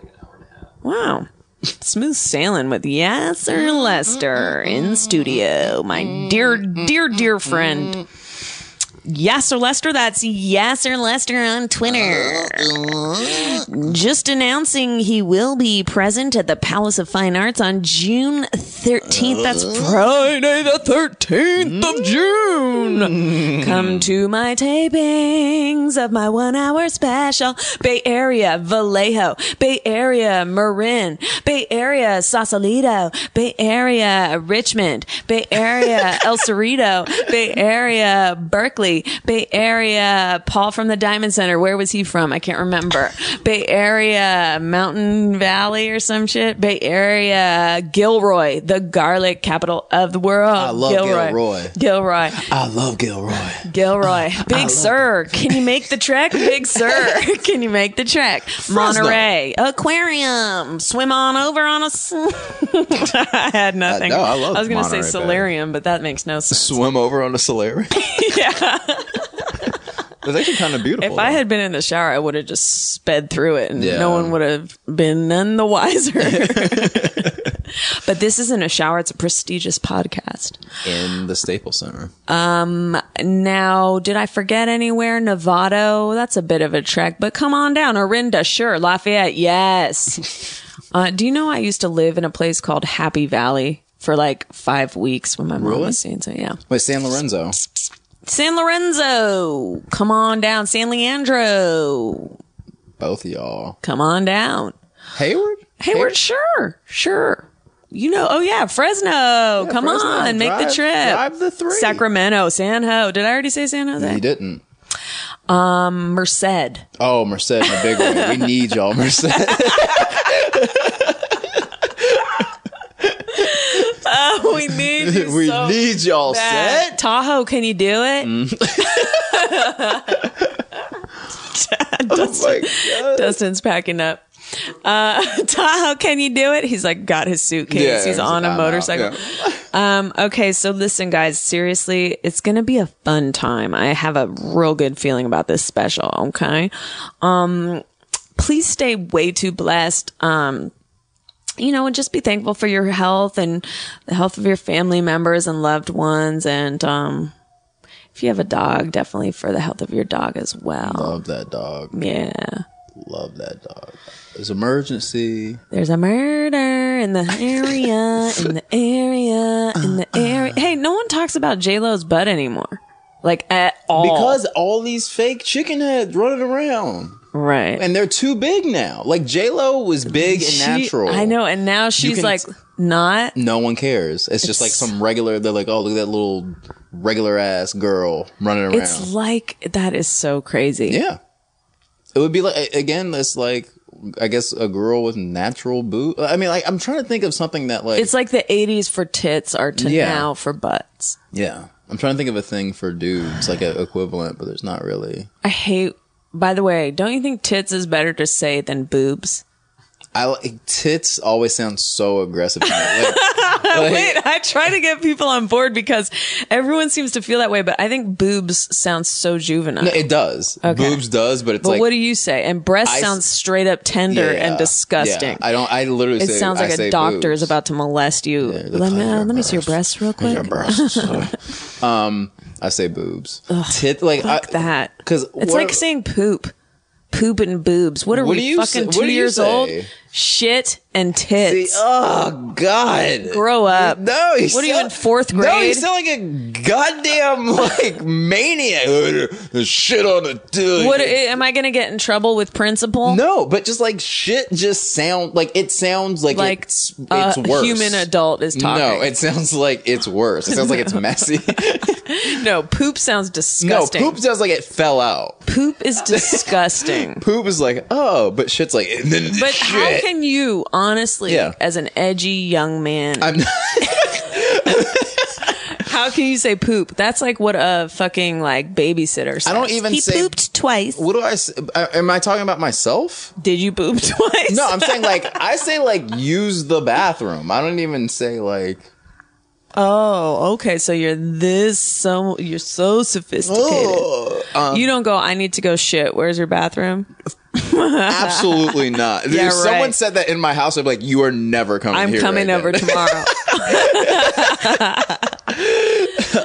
S3: Wow. Smooth sailing with Yasser Lester in studio, my dear, dear, dear friend. Yasser Lester, that's Yasser Lester on Twitter. Just announcing he will be present at the Palace of Fine Arts on June 13th. That's Friday the 13th of June. Come to my tapings of my one hour special. Bay Area, Vallejo, Bay Area, Marin, Bay Area, Sausalito, Bay Area, Richmond, Bay
S4: *laughs*
S3: Area, El Cerrito, Bay Area, Berkeley, Bay Area, Paul from the Diamond Center. Where was he from? I can't remember. Bay Area, Mountain Valley or some shit. Bay Area, Gilroy, the garlic capital of the world. I
S4: love Gilroy.
S3: Gilroy.
S4: I love Gilroy.
S3: Gilroy.
S4: Ah,
S3: Big Sur. Can you make the trek? Big
S4: *laughs*
S3: Sur. *laughs* Can you make the trek? Monterey. Aquarium. Swim on over on a. s- *laughs* I had nothing.
S4: Uh, no, I love
S3: was going to
S4: Monterey
S3: say
S4: Bay.
S3: solarium, but that makes no sense.
S4: Swim over on the Solarium.
S3: *laughs* yeah.
S4: That's actually kind of beautiful.
S3: If I had been in the shower, I would have just sped through it and
S4: Yeah.
S3: no one would have been none the
S4: *laughs*
S3: wiser. *laughs* but this isn't a shower, it's a prestigious podcast.
S4: in the Staples Center.
S3: Um, now, did I forget anywhere? Novato, that's a bit of a trek, but come on down. Orinda, sure. Lafayette,
S4: *laughs*
S3: yes. uh, do you know I used to live in a place called Happy Valley for like five weeks when my mom
S4: Really?
S3: was seeing so yeah.
S4: Wait, San Lorenzo.
S3: San Lorenzo, come on down. San Leandro,
S4: Both of y'all.
S3: come on down.
S4: Hayward?
S3: Hayward, sure, sure. You know, oh yeah, Fresno. come
S4: Fresno,
S3: on, make the
S4: drive-
S3: trip.
S4: drive the three.
S3: Sacramento, San Ho. Did I already say San Jose?
S4: You didn't.
S3: Um, Merced.
S4: Oh, Merced in a big way. We
S3: *laughs*
S4: need y'all, Merced.
S3: Oh, we need you
S4: we
S3: so
S4: need y'all
S3: bad.
S4: set.
S3: Tahoe, can you do it?
S4: Oh
S3: Dustin, Dustin's packing up. Uh, *laughs* Tahoe, can you do it? He's like got his suitcase.
S4: Yeah,
S3: He's
S4: he's
S3: on
S4: like,
S3: a
S4: "I'm out,"
S3: motorcycle. Um, okay, so listen, guys. Seriously, it's gonna be a fun time. I have a real good feeling about this special. Okay, um, please stay way too blessed. Um, you know, and just be thankful for your health and the health of your family members and loved ones. And um, if you have a dog, definitely for the health of your dog as well.
S4: Love that dog.
S3: Yeah.
S4: Love that dog. There's emergency.
S3: There's a murder in the area, in the area, in the
S4: Uh,
S3: area. Hey, no one talks about J Lo's butt anymore, like at all.
S4: Because all these fake chicken heads running around.
S3: right,
S4: And they're too big now. Like J Lo was big and
S3: She-
S4: natural.
S3: I
S8: Oh,
S3: know, and now she's
S4: can-
S3: like not.
S4: No one cares. It's, just like some regular they're like, Oh, look at that little regular ass girl running around.
S3: It's like that is so crazy.
S4: Yeah. It would be like a- again, it's like I guess a girl with natural boot. I mean, like I'm trying to think of something that like
S3: it's like the '80s for tits are to
S4: Yeah.
S3: now for butts.
S4: yeah. I'm trying to think of a thing for dudes like an equivalent, but there's not really.
S3: I hate. By the way, don't you think tits is better to say
S8: *laughs*
S3: than boobs? *laughs*
S4: I like tits always sound so aggressive. To me. Like,
S8: yeah, wait. I try to get people on board because everyone seems to feel that way, but I think boobs sounds so juvenile.
S4: No, it does. Boobs does, but it's
S8: but
S4: like
S8: what do you say? And breast
S4: I s-
S8: sounds straight up tender
S4: Yeah,
S8: and disgusting.
S4: yeah. I don't. I literally.
S8: It
S4: say,
S8: sounds
S4: I
S8: like a
S4: say
S8: doctor
S4: boobs.
S8: is about to molest you. let me uh, let me see your breasts real quick. *laughs*
S4: um, I say boobs. Tit like
S8: Fuck
S4: I,
S8: that.
S4: 'cause
S8: it's
S4: what-
S8: like saying poop, poop and boobs. What are
S4: What
S8: we
S4: do you say-
S8: fucking
S4: what
S8: two
S4: do you
S8: years
S4: say?
S8: old? Shit and tits.
S4: See, oh, God.
S8: grow up.
S4: No, you
S8: what are you
S4: sound-
S8: in fourth grade?
S4: No, you sound like a goddamn *laughs* like maniac. The shit on the dude.
S8: What am I gonna get in trouble with principal?
S4: No, but just like shit, just sound like it sounds like,
S8: Like, uh,
S4: it's
S8: a
S4: it's worse.
S8: human adult is talking.
S4: No, it sounds like it's worse. It sounds like it's
S8: *laughs*
S4: messy.
S8: no, poop sounds disgusting.
S4: No, poop sounds like it fell out.
S8: Poop is disgusting.
S4: *laughs* poop is like oh, but shit's like and then
S8: But how
S4: shit.
S8: can you honestly,
S4: Yeah.
S8: as an edgy young man,
S4: I'm
S8: *laughs* how can you say poop? That's like what a fucking like babysitter. Says.
S4: I don't even
S8: He
S4: say-
S8: pooped twice.
S4: What do I? s- I- Am I talking about myself?
S8: Did you poop *laughs* twice?
S4: No, I'm saying
S8: *laughs*
S4: like I say like use the bathroom. I don't even say like
S8: Oh, okay. So you're this so you're so sophisticated.
S4: Oh, um,
S8: you don't go. I need to go shit. Where's your bathroom? *laughs*
S4: absolutely not.
S8: Yeah,
S4: if someone
S8: right.
S4: said that in my house, I'd be like, "You are never coming."
S8: I'm
S4: here
S8: coming
S4: again." *laughs*
S8: over tomorrow.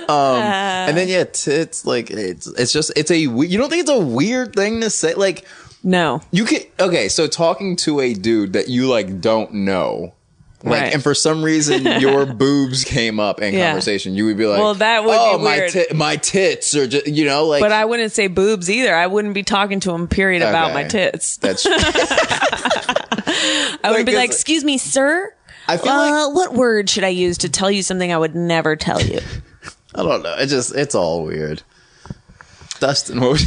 S4: Um, and then yeah, tits. Like it's it's just it's a we- you don't think it's a weird thing to say like
S8: no.
S4: you can okay. So talking to a dude that you like don't know. Like,
S8: Right.
S4: and for some
S8: *laughs*
S4: reason your boobs came up in
S8: Yeah.
S4: conversation. You would be like,
S8: Well, that would be
S4: oh, my
S8: weird."
S4: tit- my tits are just you know like
S8: but I wouldn't say boobs either. I wouldn't be talking to him. Period about my
S4: Okay. *laughs*
S8: tits.
S4: That's true.
S8: I would be
S4: Like,
S8: like,
S4: it's-
S8: "Excuse me, sir.
S4: I feel
S8: uh, what word should I use to tell you something I would never tell you?"
S4: I don't know. It just it's all weird. Dustin, what
S8: *laughs*
S4: would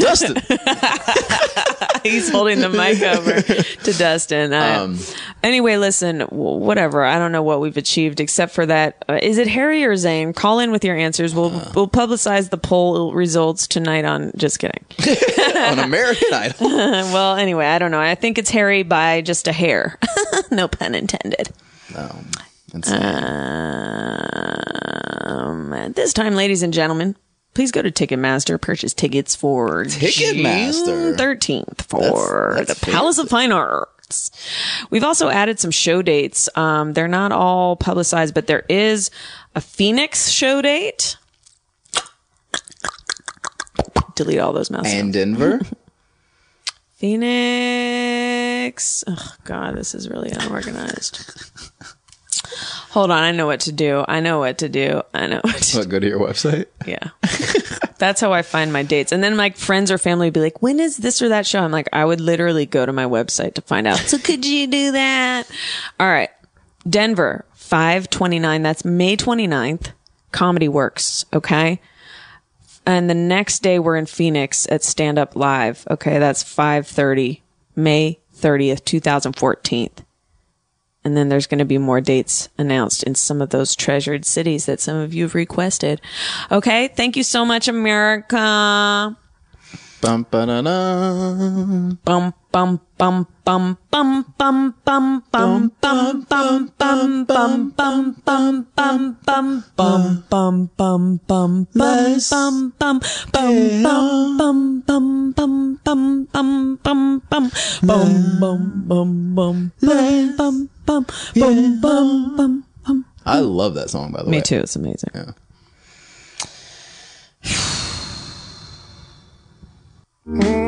S4: Dustin.
S8: *laughs* He's holding the mic over to Dustin. I- anyway, listen, w- whatever. I don't know what we've achieved except for that. Uh, is it Harry or Zane? Call in with your answers. We'll we'll publicize the poll results tonight on. Just kidding. *laughs*
S4: on American Idol?
S8: well, anyway, I don't know. I think it's Harry by just a hair. *laughs* no pun intended.
S4: No.
S8: Uh. Um, at this time, ladies and gentlemen, please go to Ticketmaster, purchase tickets for
S4: Ticketmaster?
S8: June 13th for the Palace of Fine Arts. We've also added some show dates. Um, they're not all publicized, but there is a Phoenix show date. Delete all those mouths.
S4: And Denver?
S8: Phoenix. Oh God, this is really unorganized. Hold on, I know what to do. I know what to do. I know what to
S4: What, go to your website?
S8: Yeah. *laughs* That's how I find my dates. And then my friends or family would be like, when is this or that show? I'm like, I would literally go to my website to find out. So could you do that? All right. Denver, 529. That's May 29th. Comedy Works. Okay. And the next day we're in Phoenix at Stand Up Live. Okay. That's 530, May 30th, 2014. And then there's going to be more dates announced in some of those treasured cities that some of you have requested. Okay. Thank you so much, America.
S4: Bum, ba-da-da.
S8: Bum, bum, bum, bum, bum, bum, bum, bum, bum, bum, bum, bum, bum, bum, bum, bum, bum, bum, bum, bum,
S14: Let's
S8: bum, bum, bum, bum, bum, bum, bum, bum, bum, bum, bum, bum, bum, bum, bum, bum, bum, bum, bum, bum, bum.
S4: I love that song, by the way.
S8: Me too. It's amazing.
S4: Mm,